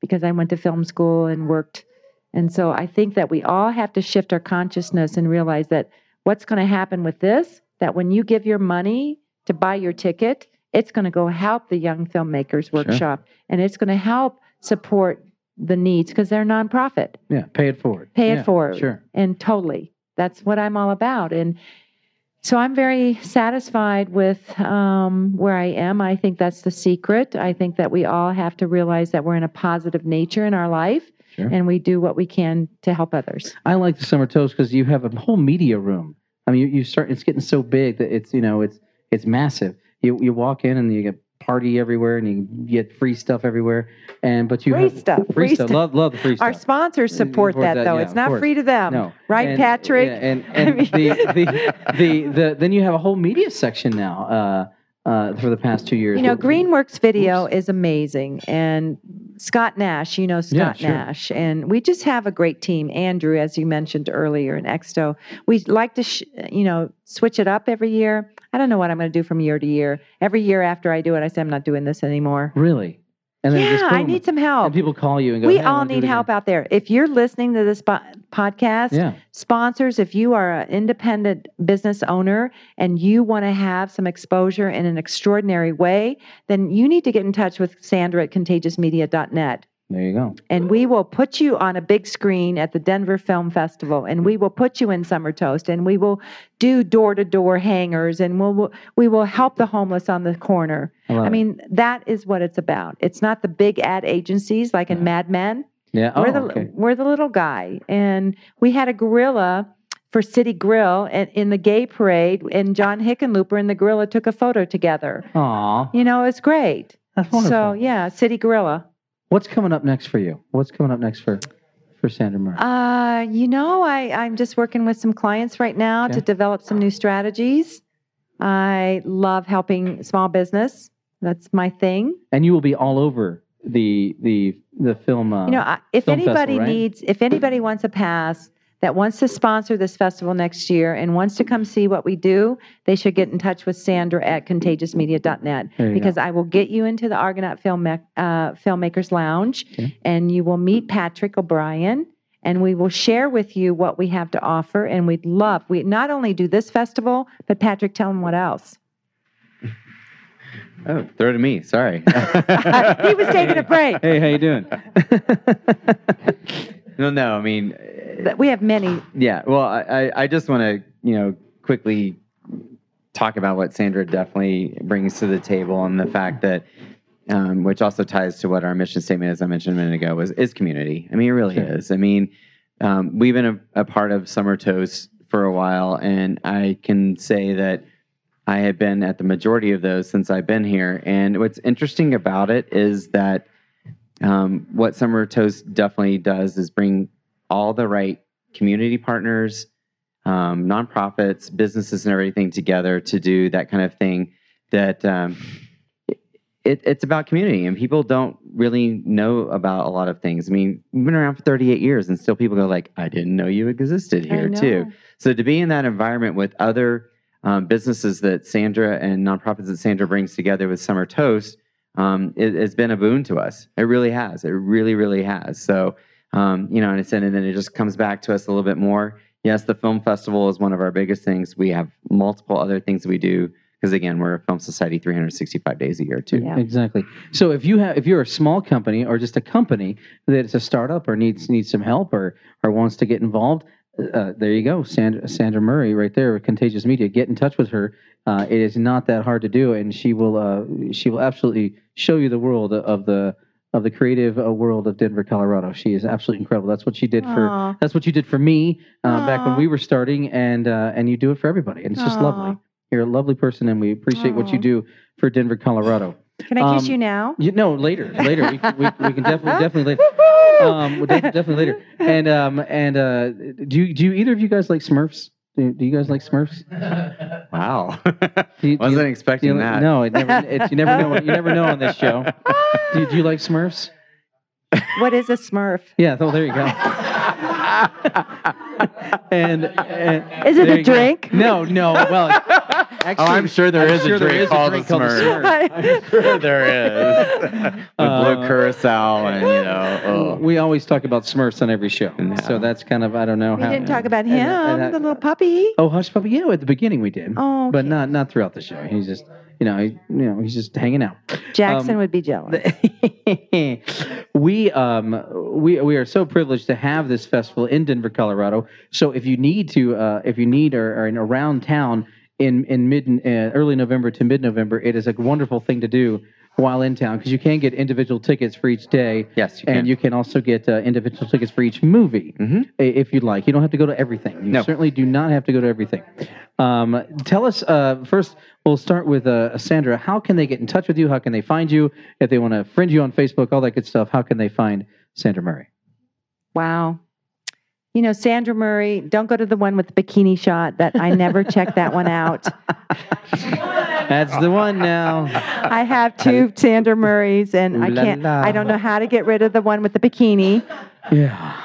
[SPEAKER 4] because I went to film school and worked. And so I think that we all have to shift our consciousness and realize that what's going to happen with this, that when you give your money to buy your ticket, it's going to go help the Young Filmmakers Workshop and it's going to help support the needs because they're nonprofit
[SPEAKER 5] yeah. Pay it forward.
[SPEAKER 4] Pay it
[SPEAKER 5] Yeah,
[SPEAKER 4] forward.
[SPEAKER 5] Sure.
[SPEAKER 4] and totally that's what i'm all about and so i'm very satisfied with um, where i am i think that's the secret i think that we all have to realize that we're in a positive nature in our life
[SPEAKER 5] Sure.
[SPEAKER 4] and we do what we can to help others
[SPEAKER 5] I like the summer toast because you have a whole media room. I mean, you, you start. It's getting so big that it's you know it's it's massive. You you walk in and you get party everywhere and you get free stuff everywhere. And but you
[SPEAKER 4] Free
[SPEAKER 5] have
[SPEAKER 4] stuff,
[SPEAKER 5] Free,
[SPEAKER 4] free
[SPEAKER 5] stuff.
[SPEAKER 4] stuff.
[SPEAKER 5] Love love the free
[SPEAKER 4] our
[SPEAKER 5] stuff.
[SPEAKER 4] sponsors support
[SPEAKER 5] Support
[SPEAKER 4] that,
[SPEAKER 5] that,
[SPEAKER 4] though
[SPEAKER 5] yeah,
[SPEAKER 4] it's
[SPEAKER 5] of
[SPEAKER 4] not
[SPEAKER 5] course.
[SPEAKER 4] free to them *laughs*
[SPEAKER 5] no
[SPEAKER 4] right,
[SPEAKER 5] And-
[SPEAKER 4] Patrick?
[SPEAKER 5] yeah, and
[SPEAKER 4] I
[SPEAKER 5] and
[SPEAKER 4] mean- *laughs*
[SPEAKER 5] the, the the the then you have a whole media section now. Uh, uh, for the past two years.
[SPEAKER 4] you know
[SPEAKER 5] Oops.
[SPEAKER 4] greenworks video
[SPEAKER 5] Oops.
[SPEAKER 4] is amazing and scott nash you know
[SPEAKER 5] Yeah,
[SPEAKER 4] scott
[SPEAKER 5] sure.
[SPEAKER 4] nash and we just have a great team andrew as you mentioned earlier in exto we like to sh- you know switch it up every year i don't know what i'm going to do from year to year every year after i do it i say i'm not doing this anymore
[SPEAKER 5] Really. And then
[SPEAKER 4] yeah,
[SPEAKER 5] just
[SPEAKER 4] I
[SPEAKER 5] boom,
[SPEAKER 4] need some help.
[SPEAKER 5] And people call you and go,
[SPEAKER 4] we
[SPEAKER 5] "Hey, I
[SPEAKER 4] all
[SPEAKER 5] wanna do it
[SPEAKER 4] need
[SPEAKER 5] again."
[SPEAKER 4] help out there. If you're listening to this po- podcast,
[SPEAKER 5] Yeah.
[SPEAKER 4] sponsors, if you are an independent business owner and you want to have some exposure in an extraordinary way, then you need to get in touch with Sandra at contagiousmedia.net.
[SPEAKER 5] There you go.
[SPEAKER 4] And we will put you on a big screen at the Denver Film Festival, and we will put you in Summer Toast, and we will do door to door hangers, and we'll, we will help the homeless on the corner.
[SPEAKER 5] I, love
[SPEAKER 4] I
[SPEAKER 5] it.
[SPEAKER 4] mean, that is what it's about. It's not the big ad agencies like in
[SPEAKER 5] No.
[SPEAKER 4] Mad Men.
[SPEAKER 5] yeah. Oh,
[SPEAKER 4] we're the
[SPEAKER 5] okay.
[SPEAKER 4] we're the little guy, and we had a gorilla for City Grill in, in the gay parade, and John Hickenlooper and the gorilla took a photo together.
[SPEAKER 5] Aw,
[SPEAKER 4] You know, it's great.
[SPEAKER 5] that's wonderful.
[SPEAKER 4] So yeah, City Gorilla.
[SPEAKER 5] What's coming up next for you? What's coming up next for for Sandra Murray?
[SPEAKER 4] Uh, you know, I I'm just working with some clients right now
[SPEAKER 5] Okay.
[SPEAKER 4] to develop some new strategies. I love helping small business. That's my thing.
[SPEAKER 5] and you will be all over the the the film. Uh,
[SPEAKER 4] you know I- if
[SPEAKER 5] film festival,
[SPEAKER 4] anybody
[SPEAKER 5] right?
[SPEAKER 4] needs if anybody wants a pass that wants to sponsor this festival next year and wants to come see what we do they should get in touch with sandra at contagiousmedia.net
[SPEAKER 5] there you go.
[SPEAKER 4] because i will get you into the argonaut film uh, filmmakers lounge
[SPEAKER 5] Okay.
[SPEAKER 4] and you will meet patrick o'brien and we will share with you what we have to offer and we'd love we not only do this festival but patrick tell them what else
[SPEAKER 3] Oh, throw to me. Sorry.
[SPEAKER 4] Uh, he was taking a break
[SPEAKER 5] *laughs* hey, how you
[SPEAKER 3] *laughs*
[SPEAKER 5] doing?
[SPEAKER 3] no, no. I mean, uh,
[SPEAKER 4] But we have
[SPEAKER 5] Ah,
[SPEAKER 4] many
[SPEAKER 3] yeah. Well, I, I, I just want to, you know, quickly talk about what Sandra definitely brings to the table and the fact that, um, which also ties to what our mission statement, as I mentioned a minute ago, was is community. I mean, it really
[SPEAKER 5] Sure.
[SPEAKER 3] is. I mean, um, we've been a, a part of Summer Toast for a while, and I can say that I have been at the majority of those since I've been here. And what's interesting about it is that um, what Summer Toast definitely does is bring all the right community partners, um, nonprofits, businesses, and everything together to do that kind of thing. That um, it, it's about community, and people don't really know about a lot of things. I mean, we've been around for 38 years, and still people go like, "I didn't know you existed
[SPEAKER 4] I
[SPEAKER 3] here
[SPEAKER 4] know.
[SPEAKER 3] too." So to be in that environment with other um, businesses that Sandra and nonprofits that Sandra brings together with Summer Toast, um, it, it's been a boon to us. It really has. It really, really has. So um, you know, and it's and then it just comes back to us a little bit more. Yes, the film festival is one of our biggest things. We have multiple other things that we do because again, we're a film society 365 days a year too.
[SPEAKER 4] Yeah.
[SPEAKER 5] Exactly. So if you have if you're a small company or just a company that's a startup or needs needs some help or or wants to get involved, uh, there you go, Sandra, Sandra Murray right there with Contagious Media. Get in touch with her. Uh, it is not that hard to do, and she will uh, she will absolutely show you the world of the of the creative uh, world of Denver, Colorado. She is absolutely incredible. That's what she did for
[SPEAKER 4] Aw.
[SPEAKER 5] that's what you did for me uh, back when
[SPEAKER 4] Aw.
[SPEAKER 5] we were starting, and uh, and you do it for everybody, and it's just lovely.
[SPEAKER 4] Aw.
[SPEAKER 5] You're a lovely person, and we appreciate what you
[SPEAKER 4] Aw.
[SPEAKER 5] do for Denver, Colorado.
[SPEAKER 4] can i kiss
[SPEAKER 5] Um,
[SPEAKER 4] you now
[SPEAKER 5] You know, later, later, we, can- we, we can definitely, definitely later.
[SPEAKER 4] Woo-hoo!
[SPEAKER 5] Um, we'll def- definitely later. And um, and uh, do you, do you, either of you guys like Smurfs? Do, do you guys like Smurfs?
[SPEAKER 3] *laughs* Wow, *laughs*
[SPEAKER 5] Do you, do
[SPEAKER 3] wasn't
[SPEAKER 5] you- do
[SPEAKER 3] expecting
[SPEAKER 5] you-
[SPEAKER 3] that.
[SPEAKER 5] No, it never, it's you never know. You never know on this show. Do, do you like Smurfs?
[SPEAKER 4] what is a
[SPEAKER 5] *laughs*
[SPEAKER 4] smurf
[SPEAKER 5] Yeah. Oh, there you
[SPEAKER 3] *laughs*
[SPEAKER 5] go. And, and-
[SPEAKER 4] Is it
[SPEAKER 5] there
[SPEAKER 4] a
[SPEAKER 5] you go.
[SPEAKER 4] drink?
[SPEAKER 5] No, no.
[SPEAKER 4] *laughs*
[SPEAKER 5] Well, actually,
[SPEAKER 3] oh, I'm sure there
[SPEAKER 5] I'm
[SPEAKER 3] is
[SPEAKER 5] sure
[SPEAKER 3] a drink called a
[SPEAKER 4] *laughs*
[SPEAKER 3] Smurf. Sure there is. With
[SPEAKER 5] Uh,
[SPEAKER 3] blue curacao and you know. oh.
[SPEAKER 5] *laughs* We always talk about Smurfs on every show,
[SPEAKER 3] No.
[SPEAKER 5] so that's kind of I don't know
[SPEAKER 4] we
[SPEAKER 5] how.
[SPEAKER 4] didn't talk about
[SPEAKER 5] and-
[SPEAKER 4] him,
[SPEAKER 5] and I-
[SPEAKER 4] the little puppy.
[SPEAKER 5] Oh, hush puppy. Yeah, at the beginning we did,
[SPEAKER 4] Oh,
[SPEAKER 5] but
[SPEAKER 4] okay.
[SPEAKER 5] not not throughout the show. He's just you know he, you know he's just hanging out.
[SPEAKER 4] Jackson
[SPEAKER 5] um,
[SPEAKER 4] would be jealous.
[SPEAKER 5] *laughs* we um we we are so privileged to have this festival in Denver, Colorado. So if you need to, uh, if you need or, or in around town in in mid uh, early November to mid November, it is a wonderful thing to do while in town because you can get individual tickets for each day.
[SPEAKER 3] Yes, you
[SPEAKER 5] And
[SPEAKER 3] can.
[SPEAKER 5] you can also get uh, individual tickets for each movie
[SPEAKER 3] Mhm.
[SPEAKER 5] i- if you'd like. You don't have to go to everything. You
[SPEAKER 3] No.
[SPEAKER 5] certainly do not have to go to everything. Um, tell us uh, first, we'll start with uh, Sandra. How can they get in touch with you? How can they find you? If they want to friend you on Facebook, all that good stuff, how can they find Sandra Murray?
[SPEAKER 4] Wow. You know, Sandra Murray, don't go to the one with the bikini shot that I never checked that one out.
[SPEAKER 5] That's the one now.
[SPEAKER 4] *laughs* I
[SPEAKER 5] *laughs*
[SPEAKER 4] have two Sandra Murrays and I
[SPEAKER 5] Ooh la
[SPEAKER 4] can't
[SPEAKER 5] la.
[SPEAKER 4] I don't know how to get rid of the one with the bikini. *laughs*
[SPEAKER 5] Yeah.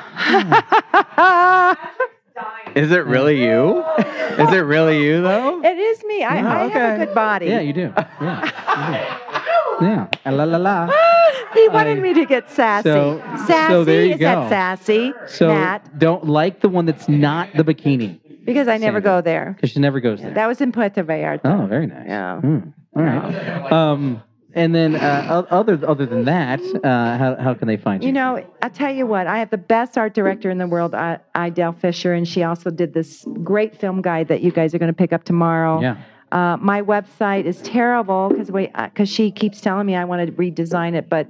[SPEAKER 3] Is it really you? *laughs* Is it really you though?
[SPEAKER 4] it is me. I, I have
[SPEAKER 5] Oh, Okay.
[SPEAKER 4] a good body.
[SPEAKER 5] yeah, you do. Yeah. you do. Yeah. La la la.
[SPEAKER 4] *gasps* he wanted
[SPEAKER 5] I-
[SPEAKER 4] me to get sassy.
[SPEAKER 5] So-
[SPEAKER 4] sassy
[SPEAKER 5] so there you
[SPEAKER 4] is that
[SPEAKER 5] go.
[SPEAKER 4] sassy,
[SPEAKER 5] So
[SPEAKER 4] Matt?
[SPEAKER 5] don't like the one that's not the bikini
[SPEAKER 4] Because I never
[SPEAKER 5] Sandra.
[SPEAKER 4] go there.
[SPEAKER 5] because she never goes there.
[SPEAKER 4] That was in Puerto Vallarta.
[SPEAKER 5] oh, very nice.
[SPEAKER 4] Yeah.
[SPEAKER 5] Hmm. All right. Um, and then uh, o- other other than that, uh, how how can they find you?
[SPEAKER 4] You know, I tell you what, I have the best art director in the world, I- Idell Fisher, and she also did this great film guide that you guys are going to pick up tomorrow.
[SPEAKER 5] Yeah.
[SPEAKER 4] Uh, my website is terrible because we because she keeps telling me I want to redesign it, but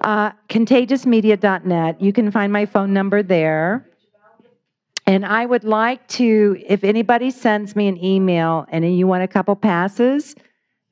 [SPEAKER 4] uh, contagiousmedia.net. You can find my phone number there. And I would like to, if anybody sends me an email and you want a couple passes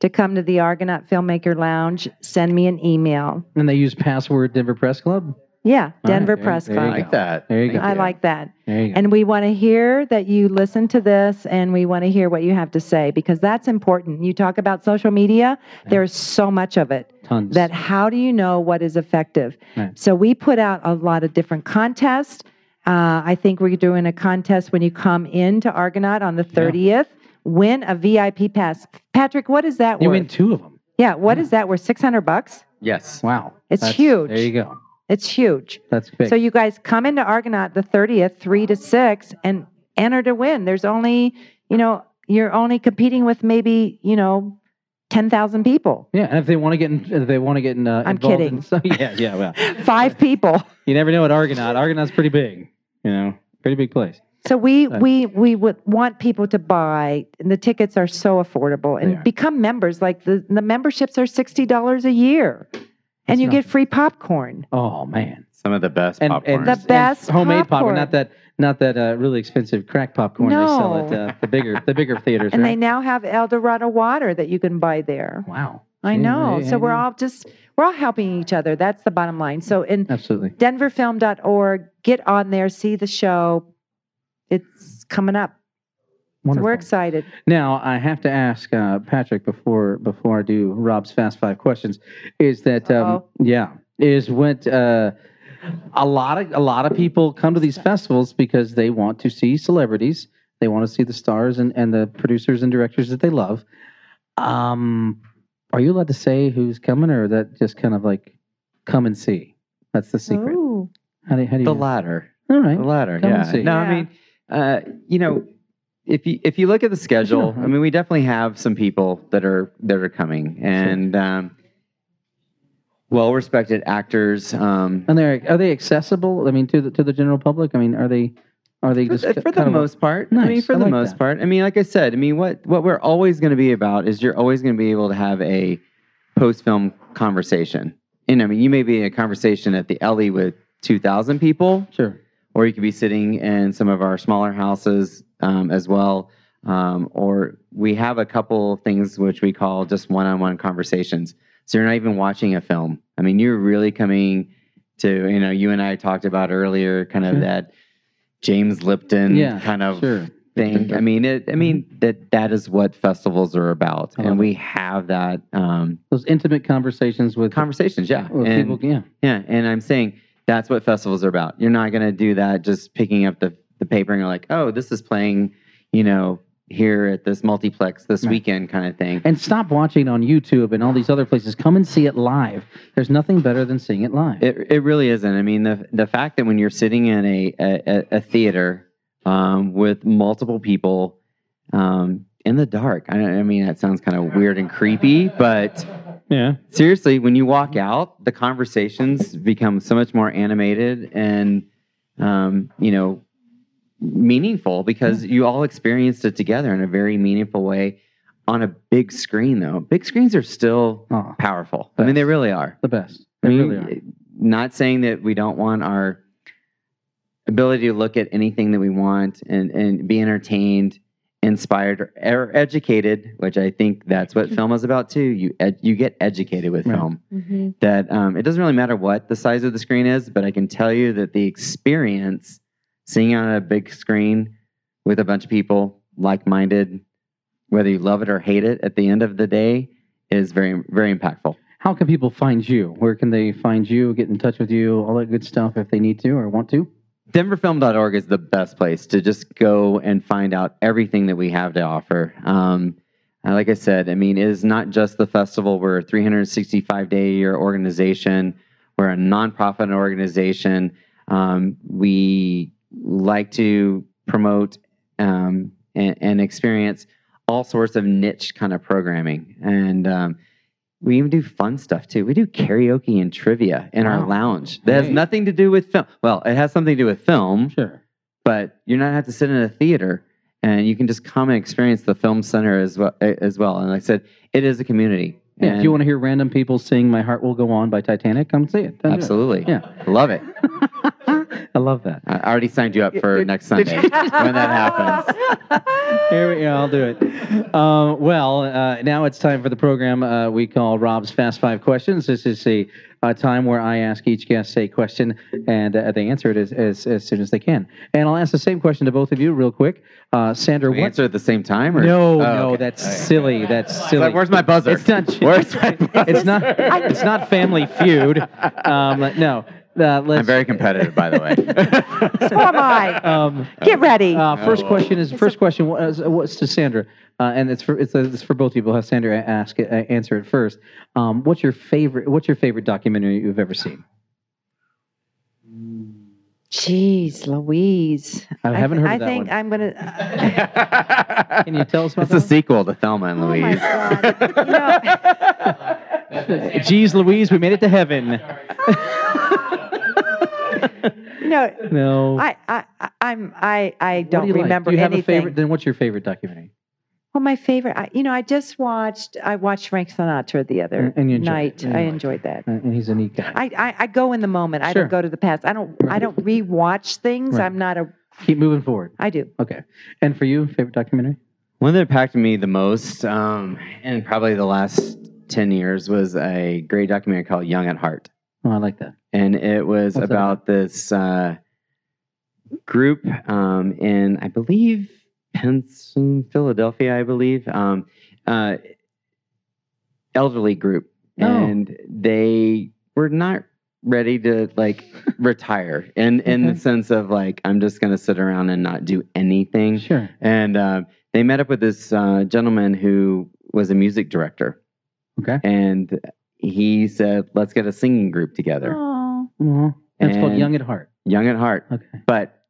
[SPEAKER 4] to come to the Argonaut Filmmaker Lounge, send me an email.
[SPEAKER 5] And they use password Denver Press Club.
[SPEAKER 4] Yeah,
[SPEAKER 5] All right,
[SPEAKER 4] Denver
[SPEAKER 5] there-
[SPEAKER 4] Press
[SPEAKER 5] there
[SPEAKER 4] Club.
[SPEAKER 5] you
[SPEAKER 3] I
[SPEAKER 5] go.
[SPEAKER 3] like that.
[SPEAKER 5] There you go.
[SPEAKER 4] I like that.
[SPEAKER 5] There you go.
[SPEAKER 4] And we want to hear that you listen to this and we want to hear what you have to say because that's important. You talk about social media, there's so much of it
[SPEAKER 5] Tons.
[SPEAKER 4] that how do you know what is effective?
[SPEAKER 5] Right.
[SPEAKER 4] So we put out a lot of different contests. Uh, I think we're doing a contest when you come into Argonaut on the 30th. Win a VIP pass. Patrick, what is that
[SPEAKER 5] you
[SPEAKER 4] worth?
[SPEAKER 5] win two of them.
[SPEAKER 4] yeah, what is that worth? 600 bucks?
[SPEAKER 3] Yes.
[SPEAKER 5] Wow.
[SPEAKER 4] It's
[SPEAKER 5] That's-
[SPEAKER 4] huge.
[SPEAKER 5] There you go.
[SPEAKER 4] It's huge.
[SPEAKER 5] That's big.
[SPEAKER 4] So you guys come into Argonaut the 30th, 3 to 6, and enter to win. There's only, you know, you're only competing with maybe, you know, 10,000 people, *laughs*
[SPEAKER 5] yeah, and if they want to get in, if they want to get in, uh,
[SPEAKER 4] I'm
[SPEAKER 5] involved
[SPEAKER 4] kidding.
[SPEAKER 5] In, so, *laughs* yeah, yeah. Well,
[SPEAKER 4] five people.
[SPEAKER 5] you never know at Argonaut. Argonaut's pretty big. You know, pretty big place.
[SPEAKER 4] So we
[SPEAKER 5] Uh,
[SPEAKER 4] we we would want people to buy, and the tickets are so affordable,
[SPEAKER 5] They
[SPEAKER 4] and
[SPEAKER 5] are.
[SPEAKER 4] become members. Like the the memberships are sixty dollars a year, and
[SPEAKER 5] That's
[SPEAKER 4] you
[SPEAKER 5] not-
[SPEAKER 4] get free popcorn.
[SPEAKER 5] Oh man.
[SPEAKER 3] Some of the best
[SPEAKER 5] And,
[SPEAKER 3] popcorn.
[SPEAKER 5] and
[SPEAKER 4] The
[SPEAKER 5] and
[SPEAKER 4] best
[SPEAKER 5] homemade
[SPEAKER 4] popcorn.
[SPEAKER 5] popcorn. not that not that uh, really expensive crack popcorn they sell at
[SPEAKER 4] No.
[SPEAKER 5] uh, the bigger the bigger theaters.
[SPEAKER 4] And
[SPEAKER 5] right?
[SPEAKER 4] they now have El Dorado water that you can buy there.
[SPEAKER 5] Wow.
[SPEAKER 4] I
[SPEAKER 5] Yeah,
[SPEAKER 4] know.
[SPEAKER 5] yeah,
[SPEAKER 4] So we're
[SPEAKER 5] yeah.
[SPEAKER 4] all just we're all helping each other. That's the bottom line. So in
[SPEAKER 5] Absolutely.
[SPEAKER 4] denverfilm.org, get on there, see the show. It's coming up. So
[SPEAKER 5] Wonderful.
[SPEAKER 4] we're excited.
[SPEAKER 5] Now I have to ask uh, Patrick before before I do Rob's fast five questions. Is that um,
[SPEAKER 4] Uh-oh.
[SPEAKER 5] yeah? Is what uh, a lot of a lot of people come to these festivals because they want to see celebrities. They want to see the stars and, and the producers and directors that they love. Um, are you allowed to say who's coming, or that just kind of like come and see? That's the secret.
[SPEAKER 4] Ooh.
[SPEAKER 5] How do, you- how do you?
[SPEAKER 3] the latter.
[SPEAKER 5] All right.
[SPEAKER 3] The latter.
[SPEAKER 5] Come and
[SPEAKER 3] yeah.
[SPEAKER 5] see.
[SPEAKER 3] No,
[SPEAKER 4] Yeah.
[SPEAKER 3] I mean, uh, you know, if you if you look at the schedule,
[SPEAKER 5] Yeah.
[SPEAKER 3] I mean, we definitely have some people that are that are coming and um, well respected actors. Um,
[SPEAKER 5] And they're are they accessible? I mean, to the to the general public. I mean, are they are they
[SPEAKER 3] for,
[SPEAKER 5] just
[SPEAKER 3] the-
[SPEAKER 5] ki-
[SPEAKER 3] for the
[SPEAKER 5] kind of a-
[SPEAKER 3] most part. I mean,
[SPEAKER 5] Nice,
[SPEAKER 3] for
[SPEAKER 5] I
[SPEAKER 3] the
[SPEAKER 5] like
[SPEAKER 3] most
[SPEAKER 5] that.
[SPEAKER 3] part. I mean, like I said, I mean, what what we're always going to be about is you're always going to be able to have a post film conversation. And I mean, you may be in a conversation at the Ellie with two thousand people,
[SPEAKER 5] sure?
[SPEAKER 3] or you could be sitting in some of our smaller houses um, as well. Um, or we have a couple of things which we call just one on one conversations. So you're not even watching a film. I mean, you're really coming to, you know, you and I talked about earlier kind of
[SPEAKER 5] Sure.
[SPEAKER 3] that James Lipton
[SPEAKER 5] Yeah,
[SPEAKER 3] kind of
[SPEAKER 5] sure. Mm-hmm.
[SPEAKER 3] thing. I mean, it, I mean that that is what festivals are about,
[SPEAKER 5] I love
[SPEAKER 3] and we have that um,
[SPEAKER 5] Those intimate conversations with
[SPEAKER 3] conversations. Yeah,
[SPEAKER 5] with
[SPEAKER 3] and,
[SPEAKER 5] people. Yeah,
[SPEAKER 3] yeah, and I'm saying that's what festivals are about. You're not going to do that just picking up the, the paper and you're like, oh, this is playing, you know, here at this multiplex this
[SPEAKER 5] Right.
[SPEAKER 3] weekend kind of thing.
[SPEAKER 5] and stop watching on YouTube and all these other places. Come and see it live. There's nothing better than seeing it live.
[SPEAKER 3] It, it really isn't. I mean, the, the fact that when you're sitting in a, a, a- a theater um, with multiple people um, in the dark, I, I mean, that sounds kind of weird and creepy, but
[SPEAKER 5] yeah,
[SPEAKER 3] seriously, when you walk out, the conversations become so much more animated and um, you know meaningful because you all experienced it together in a very meaningful way on a big screen. Though big screens are still
[SPEAKER 5] oh,
[SPEAKER 3] powerful. I mean, they really are.
[SPEAKER 5] the best.
[SPEAKER 3] I
[SPEAKER 5] They
[SPEAKER 3] mean,
[SPEAKER 5] really are.
[SPEAKER 3] not saying that we don't want our ability to look at anything that we want and, and be entertained, inspired, or, er- educated, which I think that's what film is about too. You ed- you get educated with
[SPEAKER 5] Right.
[SPEAKER 3] film.
[SPEAKER 4] Mm-hmm.
[SPEAKER 3] That um, it doesn't really matter what the size of the screen is, but I can tell you that the experience seeing it on a big screen with a bunch of people like-minded, whether you love it or hate it, at the end of the day, is very very impactful.
[SPEAKER 5] How can people find you? Where can they find you? Get in touch with you. All that good stuff if they need to or want to.
[SPEAKER 3] denverfilm.org is the best place to just go and find out everything that we have to offer um, Uh, like I said, I mean, it is not just the festival. We're a 365 day a year organization. We're a nonprofit organization. Um, we like to promote um, and, and experience all sorts of niche kind of programming. And um, we even do fun stuff too. We do karaoke and trivia in our
[SPEAKER 5] Wow.
[SPEAKER 3] lounge that has
[SPEAKER 5] Hey.
[SPEAKER 3] nothing to do with film. Well, it has something to do with film,
[SPEAKER 5] Sure.
[SPEAKER 3] but you're not have to sit in a theater and you can just come and experience the film center as well eh, as well and like i said it is a community
[SPEAKER 5] Yeah, if
[SPEAKER 3] And-
[SPEAKER 5] you want to hear random people sing "My Heart Will Go On" by Titanic, come see it. Come do it.
[SPEAKER 3] absolutely
[SPEAKER 5] Yeah.
[SPEAKER 3] love it
[SPEAKER 5] *laughs* I love that.
[SPEAKER 3] i I already signed you up for
[SPEAKER 5] Did-
[SPEAKER 3] next
[SPEAKER 5] did-
[SPEAKER 3] sunday when that
[SPEAKER 5] *laughs*
[SPEAKER 3] happens
[SPEAKER 5] Here we go. I'll do it. Um, well, uh, now it's time for the program uh, we call Rob's Fast Five Questions. This is a, a time where I ask each guest a question and uh, they answer it as, as, as soon as they can. And I'll ask the same question to both of you, real quick. Uh, Sandra,
[SPEAKER 3] we
[SPEAKER 5] what?
[SPEAKER 3] answer at the same time or
[SPEAKER 5] No,
[SPEAKER 3] Oh,
[SPEAKER 5] no,
[SPEAKER 3] okay.
[SPEAKER 5] that's
[SPEAKER 3] Okay.
[SPEAKER 5] silly. That's
[SPEAKER 3] It's
[SPEAKER 5] silly.
[SPEAKER 3] like, where's my buzzer
[SPEAKER 5] It's not.
[SPEAKER 3] *laughs* where's my buzzer?
[SPEAKER 5] *laughs* It's not. It's not Family Feud.
[SPEAKER 3] *laughs*
[SPEAKER 5] Um, no. Uh, let's,
[SPEAKER 3] i'm very competitive by the way
[SPEAKER 5] *laughs*
[SPEAKER 4] so am I.
[SPEAKER 5] Um,
[SPEAKER 4] Get ready.
[SPEAKER 5] uh, first
[SPEAKER 3] Oh.
[SPEAKER 5] question is
[SPEAKER 4] It's
[SPEAKER 5] first
[SPEAKER 4] a-
[SPEAKER 5] question. wa- is- What's to Sandra? Uh, and it's for it's, it's for both of you. We'll have Sandra ask it, uh, answer it first. Um, what's your favorite? What's your favorite documentary you've ever seen?
[SPEAKER 4] Jeez, Louise.
[SPEAKER 5] I haven't
[SPEAKER 4] thi-
[SPEAKER 5] heard
[SPEAKER 4] I
[SPEAKER 5] of that
[SPEAKER 4] think
[SPEAKER 5] one.
[SPEAKER 4] I'm gonna. uh,
[SPEAKER 5] Can you tell us about
[SPEAKER 3] it's a
[SPEAKER 5] that?
[SPEAKER 3] sequel to thelma and
[SPEAKER 4] Oh my
[SPEAKER 3] louise
[SPEAKER 4] God. You know,
[SPEAKER 3] *laughs*
[SPEAKER 5] one? Jeez, Louise, we made it
[SPEAKER 4] *laughs*
[SPEAKER 5] to heaven. *laughs*
[SPEAKER 4] you know, *laughs*
[SPEAKER 5] no.
[SPEAKER 4] I, I, I- I'm, I, I
[SPEAKER 5] What do
[SPEAKER 4] don't
[SPEAKER 5] you like?
[SPEAKER 4] remember
[SPEAKER 5] Do you have
[SPEAKER 4] anything.
[SPEAKER 5] a favorite? Then what's your favorite documentary?
[SPEAKER 4] Well, my favorite, I, you know, I just watched, I watched Frank Sinatra the other
[SPEAKER 5] And you enjoyed
[SPEAKER 4] night.
[SPEAKER 5] it. And you
[SPEAKER 4] I
[SPEAKER 5] liked it.
[SPEAKER 4] enjoyed that.
[SPEAKER 5] Uh, and he's a neat guy.
[SPEAKER 4] I, I, I go in the moment. I
[SPEAKER 5] Sure.
[SPEAKER 4] don't go to the past. I don't, I
[SPEAKER 5] Right.
[SPEAKER 4] don't rewatch things.
[SPEAKER 5] Right.
[SPEAKER 4] I'm not a,
[SPEAKER 5] Keep moving forward.
[SPEAKER 4] I do.
[SPEAKER 5] Okay. And for you, favorite documentary?
[SPEAKER 3] One that impacted me the most, um, and probably the last 10 years, was a great documentary called Young at Heart.
[SPEAKER 5] Oh, I like that.
[SPEAKER 3] And it was
[SPEAKER 5] What's that
[SPEAKER 3] about this uh, group um, in, I believe, Pennsylvania, Philadelphia, I believe, um, uh, elderly group.
[SPEAKER 5] Oh.
[SPEAKER 3] And they were not ready to
[SPEAKER 5] *laughs*
[SPEAKER 3] like retire in, in
[SPEAKER 5] Okay.
[SPEAKER 3] the sense of like, I'm just going to sit around and not do anything
[SPEAKER 5] Sure.
[SPEAKER 3] and uh, they met up with this uh, gentleman who was a music director
[SPEAKER 5] Okay.
[SPEAKER 3] and he said let's get a singing group together
[SPEAKER 4] Oh,
[SPEAKER 5] Aw. And it's called
[SPEAKER 3] And-
[SPEAKER 5] Young at Heart.
[SPEAKER 3] young at heart
[SPEAKER 5] Okay.
[SPEAKER 3] but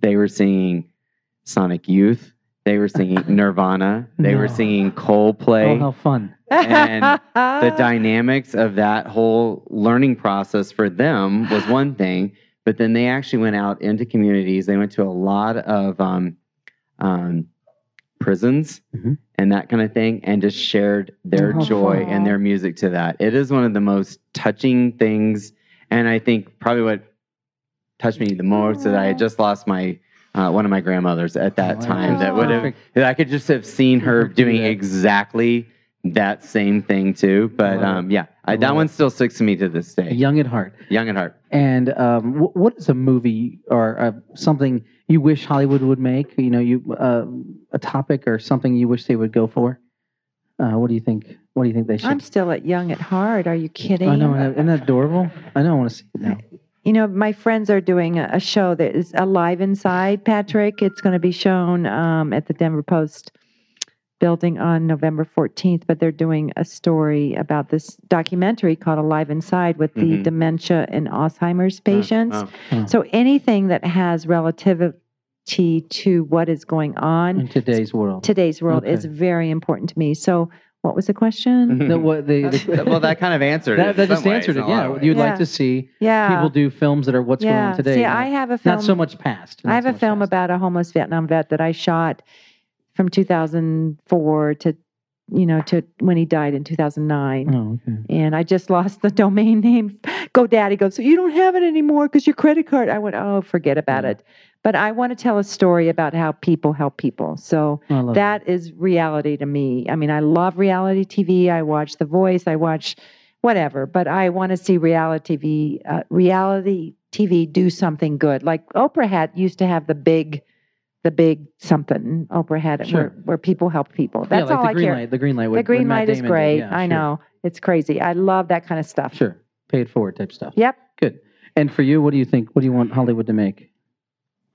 [SPEAKER 3] they were singing sonic youth they were
[SPEAKER 5] *laughs*
[SPEAKER 3] singing nirvana they
[SPEAKER 5] No.
[SPEAKER 3] were singing
[SPEAKER 5] Oh,
[SPEAKER 3] coldplay
[SPEAKER 5] how fun.
[SPEAKER 3] And *laughs* the
[SPEAKER 4] Ah.
[SPEAKER 3] dynamics of that whole learning process for them was one thing, but then they actually went out into communities. They went to a lot of um, um, prisons
[SPEAKER 5] Mhm.
[SPEAKER 3] and that kind of thing, and just shared their
[SPEAKER 5] Oh, how
[SPEAKER 3] joy
[SPEAKER 4] fun.
[SPEAKER 3] and their music to that. It is one of the most touching things, and I think probably what touched me the most is that I
[SPEAKER 4] Aw.
[SPEAKER 3] had just lost my. Uh, one of my grandmothers at that time that would have
[SPEAKER 5] Perfect.
[SPEAKER 3] yeah, I could just have seen her
[SPEAKER 5] Perfect, *laughs* do
[SPEAKER 3] doing
[SPEAKER 5] that.
[SPEAKER 3] exactly that same thing too. But
[SPEAKER 5] Wow.
[SPEAKER 3] um, yeah, I,
[SPEAKER 5] Wow.
[SPEAKER 3] that one still sticks to me to this day.
[SPEAKER 5] Young at Heart.
[SPEAKER 3] Young at heart.
[SPEAKER 5] And um, wh- what is a movie or uh, something you wish Hollywood would make? You know, you uh, a topic or something you wish they would go for. Uh, what do you think? What do you think they should?
[SPEAKER 4] I'm still at young at heart. Are you kidding?
[SPEAKER 5] I know, isn't that adorable? I know, I want to see
[SPEAKER 4] *laughs*
[SPEAKER 5] it now.
[SPEAKER 4] You know, my friends are doing a, a show that is Alive Inside, Patrick. It's going to be shown um, at the Denver Post building on November 14th, but they're doing a story about this documentary called Alive Inside with the
[SPEAKER 5] Mm-hmm.
[SPEAKER 3] Mhm.
[SPEAKER 4] dementia and
[SPEAKER 5] Uh,
[SPEAKER 4] Alzheimer's patients.
[SPEAKER 3] Oh,
[SPEAKER 4] So anything that has relativity to what is going on
[SPEAKER 5] In today's
[SPEAKER 3] *laughs*
[SPEAKER 5] world.
[SPEAKER 4] today's world is
[SPEAKER 5] Okay. Mm-hmm.
[SPEAKER 4] very important to me. so what was the question?
[SPEAKER 3] oh.
[SPEAKER 5] The- what they- the-
[SPEAKER 3] well, that kind of answered it.
[SPEAKER 5] *laughs* that,
[SPEAKER 3] in
[SPEAKER 5] that just
[SPEAKER 3] some ways, Oh,
[SPEAKER 5] answered
[SPEAKER 3] in
[SPEAKER 5] it.
[SPEAKER 3] a lot
[SPEAKER 5] Yeah,
[SPEAKER 3] of ways.
[SPEAKER 5] you'd
[SPEAKER 4] Yeah.
[SPEAKER 5] like to see
[SPEAKER 4] Yeah.
[SPEAKER 5] people do films that are what's going
[SPEAKER 4] yeah.
[SPEAKER 5] on today.
[SPEAKER 4] See,
[SPEAKER 5] not,
[SPEAKER 4] I have a film
[SPEAKER 5] not so much past. not
[SPEAKER 4] I have
[SPEAKER 5] so
[SPEAKER 4] a
[SPEAKER 5] much
[SPEAKER 4] film
[SPEAKER 5] past.
[SPEAKER 4] about a homeless Vietnam vet that I shot from 2004 to, you know, to when he died in 2009.
[SPEAKER 5] Oh, okay.
[SPEAKER 4] And I just lost the *laughs* domain name. GoDaddy goes, you don't have it anymore because your credit card. I went, oh, forget about
[SPEAKER 5] Mm.
[SPEAKER 4] it. But I want to tell a story about how people help people. So
[SPEAKER 5] I love
[SPEAKER 4] that is reality to me. I mean, I love reality TV. I watch The Voice. I watch whatever, but I want to see reality TV. Uh, reality TV do something good, like Oprah had used to have the big, the big something. Oprah had it
[SPEAKER 5] Sure.
[SPEAKER 4] where, where people help people.
[SPEAKER 5] Yeah,
[SPEAKER 4] That's
[SPEAKER 5] like
[SPEAKER 4] all
[SPEAKER 5] the
[SPEAKER 4] I
[SPEAKER 5] green
[SPEAKER 4] care.
[SPEAKER 5] light. The green light.
[SPEAKER 4] the
[SPEAKER 5] with-
[SPEAKER 4] green
[SPEAKER 5] with Matt
[SPEAKER 4] light is
[SPEAKER 5] Damon did.
[SPEAKER 4] great.
[SPEAKER 5] Yeah,
[SPEAKER 4] I
[SPEAKER 5] sure.
[SPEAKER 4] know it's crazy. I love that kind of stuff.
[SPEAKER 5] Sure, pay it forward type stuff.
[SPEAKER 4] Yep.
[SPEAKER 5] Good. And for you, what do you think? What do you want Hollywood to make?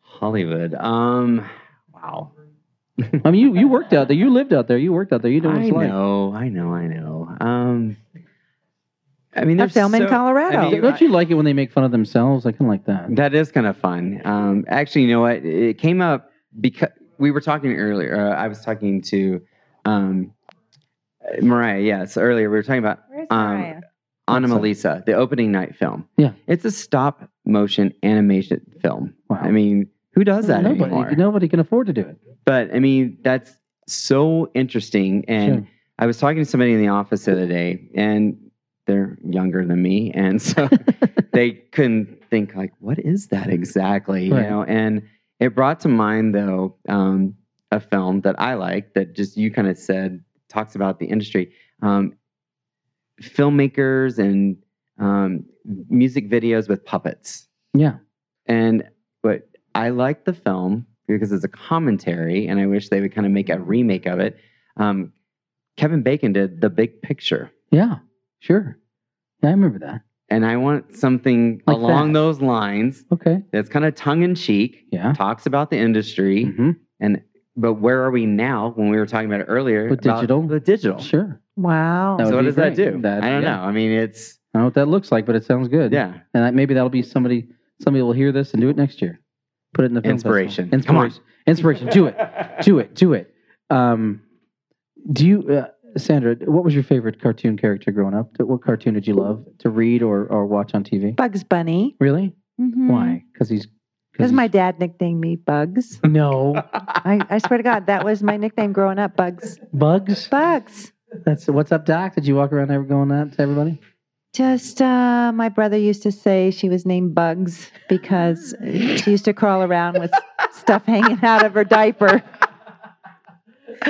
[SPEAKER 3] Hollywood. Um, wow.
[SPEAKER 5] I mean, you, you worked out there. You lived out there. You worked out there. You know what
[SPEAKER 3] I
[SPEAKER 5] it's like.
[SPEAKER 3] know, I know, I know. Um, I mean,
[SPEAKER 4] I
[SPEAKER 3] there's
[SPEAKER 4] film in
[SPEAKER 3] so-
[SPEAKER 4] Colorado.
[SPEAKER 3] I mean,
[SPEAKER 5] Don't you like it when they make fun of themselves? I kind of like that.
[SPEAKER 3] That is kind of fun. Um, actually, you know what? It came up because we were talking earlier. Uh, I was talking to um, Mariah. Yes, earlier we were talking about
[SPEAKER 4] Where's
[SPEAKER 3] um,
[SPEAKER 4] Mariah?
[SPEAKER 3] Anna
[SPEAKER 5] What's that?
[SPEAKER 3] Melisa, the opening night film.
[SPEAKER 5] Yeah.
[SPEAKER 3] it's a stop motion animation film.
[SPEAKER 5] Wow.
[SPEAKER 3] I mean, who does that
[SPEAKER 5] nobody,
[SPEAKER 3] anymore?
[SPEAKER 5] nobody can afford to do it.
[SPEAKER 3] But I mean, that's so interesting. And
[SPEAKER 5] Sure.
[SPEAKER 3] I was talking to somebody in the office the other day, and they're younger than me, and
[SPEAKER 5] *laughs*
[SPEAKER 3] so they couldn't think like, what is that exactly?
[SPEAKER 5] Right.
[SPEAKER 3] You know, and it brought to mind though um, a film that I like that just you kind of said talks about the industry, um, filmmakers and um, music videos with puppets.
[SPEAKER 5] Yeah.
[SPEAKER 3] And but I like the film because it's a commentary, and I wish they would kind of make a remake of it. Um, Kevin Bacon did The Big Picture,
[SPEAKER 5] Yeah. Sure. Yeah, I remember that.
[SPEAKER 3] and I want something
[SPEAKER 5] Like
[SPEAKER 3] along
[SPEAKER 5] that.
[SPEAKER 3] those lines
[SPEAKER 5] Okay.
[SPEAKER 3] that's kind of tongue in cheek,
[SPEAKER 5] Yeah.
[SPEAKER 3] talks about the industry,
[SPEAKER 5] hmm
[SPEAKER 3] but where are we now? When we were talking about it earlier,
[SPEAKER 5] With
[SPEAKER 3] about
[SPEAKER 5] digital?
[SPEAKER 3] the digital.
[SPEAKER 5] Sure.
[SPEAKER 4] Wow.
[SPEAKER 5] That would
[SPEAKER 3] so what
[SPEAKER 5] be
[SPEAKER 3] does that
[SPEAKER 5] great.
[SPEAKER 3] do?
[SPEAKER 5] That-
[SPEAKER 3] I don't
[SPEAKER 5] yeah.
[SPEAKER 3] know. I mean, it's
[SPEAKER 5] I don't know what that looks like, but it sounds good.
[SPEAKER 3] yeah,
[SPEAKER 5] And that, maybe that'll be somebody. Somebody will hear this and do it next year. Put it in the film festival.
[SPEAKER 3] Inspiration. Come on.
[SPEAKER 5] Inspiration. Inspiration. Do it. Do it. Do it. Um, do you, uh, Sandra? What was your favorite cartoon character growing up? What cartoon did you love to read or, or watch on TV?
[SPEAKER 4] Bugs Bunny.
[SPEAKER 5] Really?
[SPEAKER 4] Mhm.
[SPEAKER 5] Why? Because he's.
[SPEAKER 4] Because
[SPEAKER 5] he's-
[SPEAKER 4] my dad nicknamed me Bugs.
[SPEAKER 5] No
[SPEAKER 4] I, I swear to God, that was my nickname growing up. Bugs. *laughs*
[SPEAKER 5] bugs.
[SPEAKER 4] Bugs.
[SPEAKER 5] That's what's up, Doc. Did you walk around ever going that to everybody?
[SPEAKER 4] Just uh, my brother used to say she was named Bugs because she used to crawl around with stuff hanging out of her diaper. *laughs*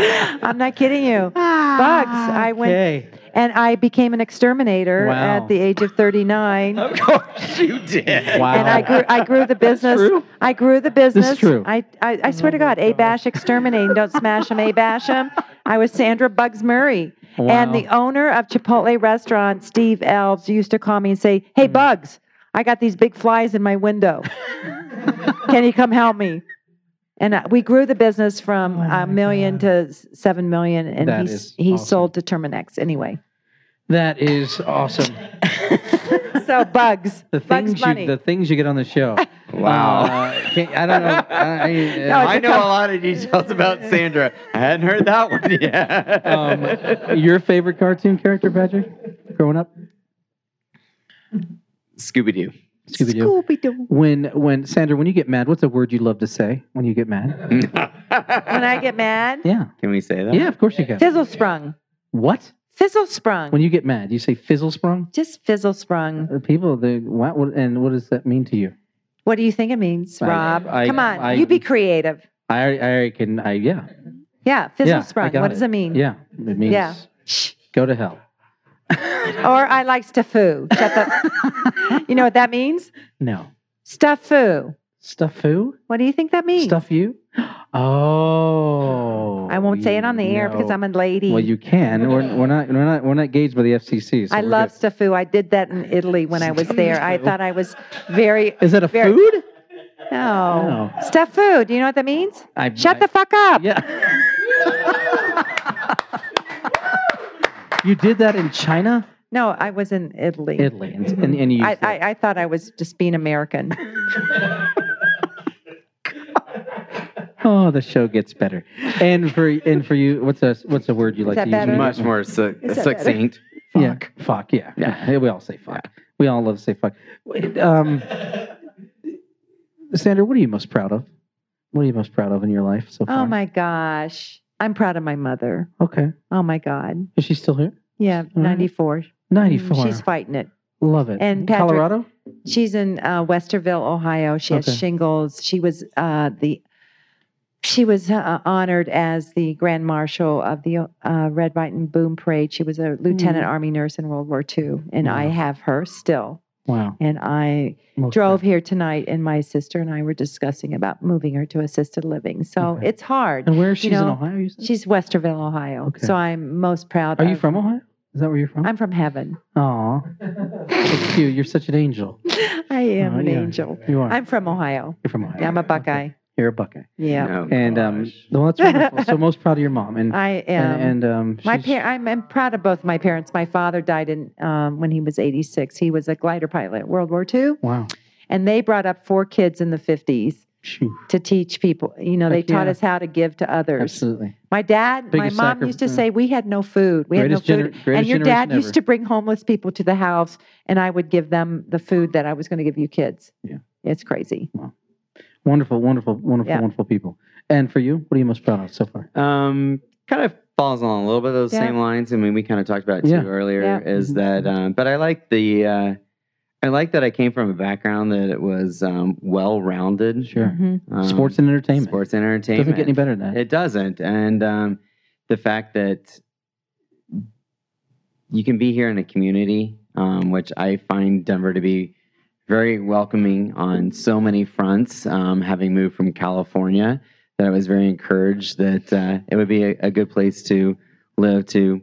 [SPEAKER 4] I'm not kidding you. Bugs. I went
[SPEAKER 5] Ah, Okay.
[SPEAKER 4] and I became an exterminator
[SPEAKER 5] Wow.
[SPEAKER 4] at the age of 39.
[SPEAKER 3] of course you did.
[SPEAKER 5] Wow.
[SPEAKER 4] And I grew, I grew
[SPEAKER 5] *laughs*
[SPEAKER 4] the business.
[SPEAKER 5] True.
[SPEAKER 4] I grew the business.
[SPEAKER 5] true.
[SPEAKER 4] I, I, I swear to God, Abash exterminate. Don't smash him, Abash him. I was Sandra Bugs Murray. And the owner of Chipotle restaurant, Steve Elves, used to call me and say, Hey,
[SPEAKER 5] Mm.
[SPEAKER 4] Bugs, I got these big flies in my window. Can you come help me? And uh, we grew the business from
[SPEAKER 5] Oh my
[SPEAKER 4] a million
[SPEAKER 5] God.
[SPEAKER 4] to s- seven million, and
[SPEAKER 5] That
[SPEAKER 4] he,
[SPEAKER 5] is
[SPEAKER 4] s- he
[SPEAKER 5] awesome.
[SPEAKER 4] sold to Terminex anyway.
[SPEAKER 5] that is awesome.
[SPEAKER 4] So, Bugs.
[SPEAKER 5] *laughs* The
[SPEAKER 4] Bugs
[SPEAKER 5] things
[SPEAKER 4] Bunny.
[SPEAKER 5] you the things you get on
[SPEAKER 4] *laughs*
[SPEAKER 5] the show.
[SPEAKER 3] *laughs* Wow.
[SPEAKER 5] Uh, can't- I don't know. I,
[SPEAKER 4] *laughs* No, it's
[SPEAKER 3] I
[SPEAKER 4] a
[SPEAKER 3] know
[SPEAKER 4] com-
[SPEAKER 3] a lot of details
[SPEAKER 5] *laughs*
[SPEAKER 3] about Sandra. I hadn't heard that one yet. *laughs*
[SPEAKER 5] um, your favorite cartoon character, Patrick, growing up?
[SPEAKER 3] Scooby Doo.
[SPEAKER 5] Scooby Doo.
[SPEAKER 4] Scooby-Doo.
[SPEAKER 5] When when Sandra, when you get mad, what's a word you love to say when you get
[SPEAKER 4] Mm-hmm.
[SPEAKER 5] mad?
[SPEAKER 4] When
[SPEAKER 3] Can
[SPEAKER 4] I get mad,
[SPEAKER 5] Yeah.
[SPEAKER 3] we say that?
[SPEAKER 5] Yeah, of course you can.
[SPEAKER 4] fizzle sprung.
[SPEAKER 5] What?
[SPEAKER 4] Fizzle sprung.
[SPEAKER 5] When you get mad, you say fizzle sprung?
[SPEAKER 4] Just fizzle sprung.
[SPEAKER 5] The People, they, what, what, and what does that mean to you?
[SPEAKER 4] What do you think it means,
[SPEAKER 5] I-
[SPEAKER 4] Rob?
[SPEAKER 5] I-
[SPEAKER 4] Come on,
[SPEAKER 5] I-
[SPEAKER 4] you be creative.
[SPEAKER 5] I, already- I already can, I, yeah,
[SPEAKER 4] Yeah,
[SPEAKER 5] Yeah,
[SPEAKER 4] fizzle
[SPEAKER 5] I
[SPEAKER 4] sprung.
[SPEAKER 5] got
[SPEAKER 4] What does
[SPEAKER 5] it.
[SPEAKER 4] it mean?
[SPEAKER 5] yeah. It means
[SPEAKER 4] Yeah.
[SPEAKER 5] go to hell.
[SPEAKER 4] Or I like staffu. Shut
[SPEAKER 5] *laughs*
[SPEAKER 4] the- you know what that means?
[SPEAKER 5] No.
[SPEAKER 4] Staffu.
[SPEAKER 5] Stuffu?
[SPEAKER 4] What do you think that means?
[SPEAKER 5] Stuff you? *gasps* Oh.
[SPEAKER 4] I won't say it on the air because
[SPEAKER 5] no.
[SPEAKER 4] I'm a lady.
[SPEAKER 5] Well, you can. We're, we're not. We're not. We're not gauged by the FCC. So
[SPEAKER 4] Mm. I
[SPEAKER 5] we're
[SPEAKER 4] love staffu. I did that in Italy when I was there. I
[SPEAKER 5] Staffu.
[SPEAKER 4] thought I was very
[SPEAKER 5] Good. Is that a
[SPEAKER 4] Very- *laughs*
[SPEAKER 5] food?
[SPEAKER 4] no.
[SPEAKER 5] No.
[SPEAKER 4] Staffu. Do you know what that means?
[SPEAKER 5] I,
[SPEAKER 4] Shut the fuck up.
[SPEAKER 5] Yeah. you did that in China,
[SPEAKER 4] No, I was in Italy.
[SPEAKER 5] Italy, and and, and you.
[SPEAKER 4] I,
[SPEAKER 5] used it.
[SPEAKER 4] I, I thought I was just being American.
[SPEAKER 5] oh, the show gets better. And for and for you, what's a what's a word you
[SPEAKER 4] Is
[SPEAKER 5] like
[SPEAKER 4] that
[SPEAKER 5] to use?
[SPEAKER 4] better?
[SPEAKER 5] when you
[SPEAKER 3] Much
[SPEAKER 5] get-
[SPEAKER 3] more su-
[SPEAKER 4] Is that
[SPEAKER 3] succinct.
[SPEAKER 5] Yeah.
[SPEAKER 3] Fuck.
[SPEAKER 5] Fuck. Yeah.
[SPEAKER 3] Yeah.
[SPEAKER 5] We all say fuck. We all love to say fuck. Wait, Um, Sandra, what are you most proud of? What are you most proud of in your life so far?
[SPEAKER 4] Oh my gosh. I'm proud of my mother.
[SPEAKER 5] Okay.
[SPEAKER 4] Oh my God.
[SPEAKER 5] Is she still here?
[SPEAKER 4] Yeah,
[SPEAKER 5] right.
[SPEAKER 4] 94.
[SPEAKER 5] Ninety-four.
[SPEAKER 4] She's fighting it.
[SPEAKER 5] Love it.
[SPEAKER 4] And Patrick-
[SPEAKER 5] Colorado.
[SPEAKER 4] She's in uh, Westerville, Ohio. She has
[SPEAKER 5] Okay.
[SPEAKER 4] shingles. She was uh, the she was uh, honored as the Grand Marshal of the uh, Red, White, and Boom Parade. She was a Lieutenant Army nurse in World War II, and I
[SPEAKER 5] Hmm. Wow.
[SPEAKER 4] have her still.
[SPEAKER 5] Wow.
[SPEAKER 4] And I
[SPEAKER 5] Most
[SPEAKER 4] drove
[SPEAKER 5] proud.
[SPEAKER 4] here tonight, and my sister and I were discussing about moving her to assisted living. So
[SPEAKER 5] Okay.
[SPEAKER 4] it's hard.
[SPEAKER 5] And where is she?
[SPEAKER 4] you
[SPEAKER 5] She's in
[SPEAKER 4] know,
[SPEAKER 5] Ohio. You said?
[SPEAKER 4] She's Westerville, Ohio.
[SPEAKER 5] Okay.
[SPEAKER 4] So I'm most proud.
[SPEAKER 5] Are you
[SPEAKER 4] of-
[SPEAKER 5] from Ohio? Is that where you're from?
[SPEAKER 4] uh, I'm from heaven.
[SPEAKER 5] *laughs* Aw.
[SPEAKER 4] *laughs*
[SPEAKER 5] That's cute. You're such an angel.
[SPEAKER 4] I am
[SPEAKER 5] Oh,
[SPEAKER 4] an
[SPEAKER 5] yeah.
[SPEAKER 4] angel.
[SPEAKER 5] You are.
[SPEAKER 4] I'm from Ohio.
[SPEAKER 5] you're from Ohio.
[SPEAKER 4] I'm a Buckeye.
[SPEAKER 5] You're a Buckeye.
[SPEAKER 4] Yeah.
[SPEAKER 3] Oh,
[SPEAKER 5] And um,
[SPEAKER 6] Gosh.
[SPEAKER 5] well,
[SPEAKER 4] *laughs*
[SPEAKER 5] that's wonderful. so most proud of your mom and
[SPEAKER 4] I am.
[SPEAKER 5] and, and um,
[SPEAKER 4] my
[SPEAKER 5] she's-
[SPEAKER 4] par- I'm, I'm proud of both my parents. My father died in um, when he was 86. He was a glider pilot, World War II,
[SPEAKER 5] Wow.
[SPEAKER 4] and they brought up four kids in the 50s
[SPEAKER 5] Phew.
[SPEAKER 4] to teach people. You know, they
[SPEAKER 5] Heck
[SPEAKER 4] taught
[SPEAKER 5] yeah.
[SPEAKER 4] us how to give to others.
[SPEAKER 5] Absolutely.
[SPEAKER 4] My dad,
[SPEAKER 5] Biggest
[SPEAKER 4] my mom
[SPEAKER 5] sacri-
[SPEAKER 4] used to
[SPEAKER 5] yeah.
[SPEAKER 4] say, "We had no food. We
[SPEAKER 5] greatest
[SPEAKER 4] had no food."
[SPEAKER 5] gener- greatest
[SPEAKER 4] and your dad
[SPEAKER 5] generation
[SPEAKER 4] used
[SPEAKER 5] ever.
[SPEAKER 4] to bring homeless people to the house, and I would give them the food that I was going to give you kids.
[SPEAKER 5] Yeah.
[SPEAKER 4] it's crazy.
[SPEAKER 5] Wonderful, wonderful, wonderful,
[SPEAKER 4] Yeah.
[SPEAKER 5] wonderful people. And for you, what are you most proud of so far?
[SPEAKER 3] Um, kind of falls along a little bit of those
[SPEAKER 4] Yeah.
[SPEAKER 3] same lines. I mean, we kind of talked about it too
[SPEAKER 5] Yeah.
[SPEAKER 3] earlier.
[SPEAKER 4] Yeah.
[SPEAKER 3] Is
[SPEAKER 5] Mhm.
[SPEAKER 3] that? Um, but I like the. Uh, I like that I came from a background that it was um, well-rounded.
[SPEAKER 5] Sure.
[SPEAKER 4] Mhm.
[SPEAKER 3] Um,
[SPEAKER 5] sports and entertainment.
[SPEAKER 3] Sports and entertainment
[SPEAKER 5] Doesn't get any better than that.
[SPEAKER 3] It doesn't, and um, the fact that you can be here in a community, um, which I find Denver to be very welcoming on so many fronts. Um, having moved from California, that I was very encouraged that uh, it would be a, a good place to live to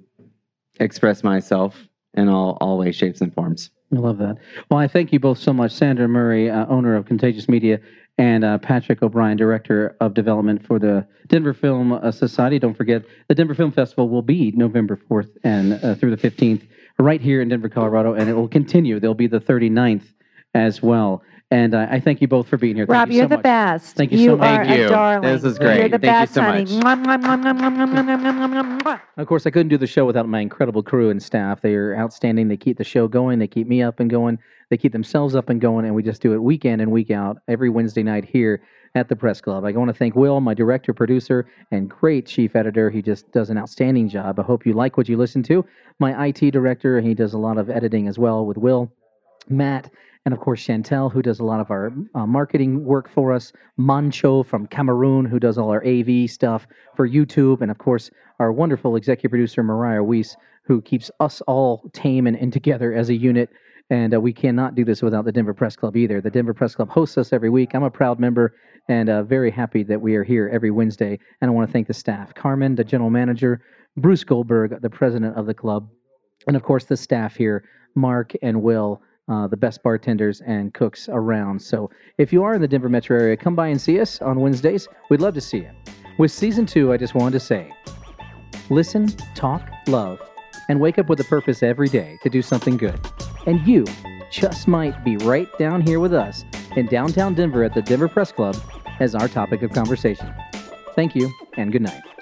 [SPEAKER 3] express myself in all all ways, shapes, and forms.
[SPEAKER 5] I love that. Well, I thank you both so much, Sandra Murray, uh, owner of Contagious Media, and uh, Patrick O'Brien, director of development for the Denver Film uh, Society. Don't forget, the Denver Film Festival will be November 4th and uh, through the 15th, right here in Denver, Colorado, and it will continue. There'll be the 39th as well. And uh, I thank you both for being here. Thank
[SPEAKER 4] Rob,
[SPEAKER 5] you
[SPEAKER 4] are
[SPEAKER 5] so
[SPEAKER 4] the
[SPEAKER 5] much.
[SPEAKER 4] best.
[SPEAKER 5] Thank you so much.
[SPEAKER 4] are
[SPEAKER 3] Thank
[SPEAKER 4] a
[SPEAKER 3] you.
[SPEAKER 4] darling.
[SPEAKER 3] This is
[SPEAKER 4] You're
[SPEAKER 3] great.
[SPEAKER 4] the
[SPEAKER 3] Thank you
[SPEAKER 4] best,
[SPEAKER 3] so
[SPEAKER 4] honey.
[SPEAKER 3] much.
[SPEAKER 4] Mwah, mwah, mwah, mwah, mwah, mwah, mwah, mwah, mwah, mwah.
[SPEAKER 5] Of course, I couldn't do the show without my incredible crew and staff. They are outstanding. They keep the show going. They keep me up and going. They keep themselves up and going. And we just do it week in and week out every Wednesday night here at the Press Club. I want to thank Will, my director, producer, and great chief editor. He just does an outstanding job. I hope you like what you listen to. My IT director, he does a lot of editing as well with Will, Matt, and of course Chantel, who does a lot of our uh, marketing work for us. Mancho from Cameroon, who does all our AV stuff for YouTube, and of course our wonderful executive producer Mariah Weiss, who keeps us all tame and, and together as a unit. And uh, we cannot do this without the Denver Press Club either. The Denver Press Club hosts us every week. I'm a proud member and uh, very happy that we are here every Wednesday. And I want to thank the staff Carmen, the general manager, Bruce Goldberg, the president of the club, and of course the staff here, Mark and Will. Uh, the best bartenders and cooks around. So, if you are in the Denver metro area, come by and see us on Wednesdays. We'd love to see you. With season two, I just wanted to say Listen, talk, love, and wake up with a purpose every day to do something good. And you just might be right down here with us in downtown Denver at the Denver Press Club as our topic of conversation. Thank you and good night.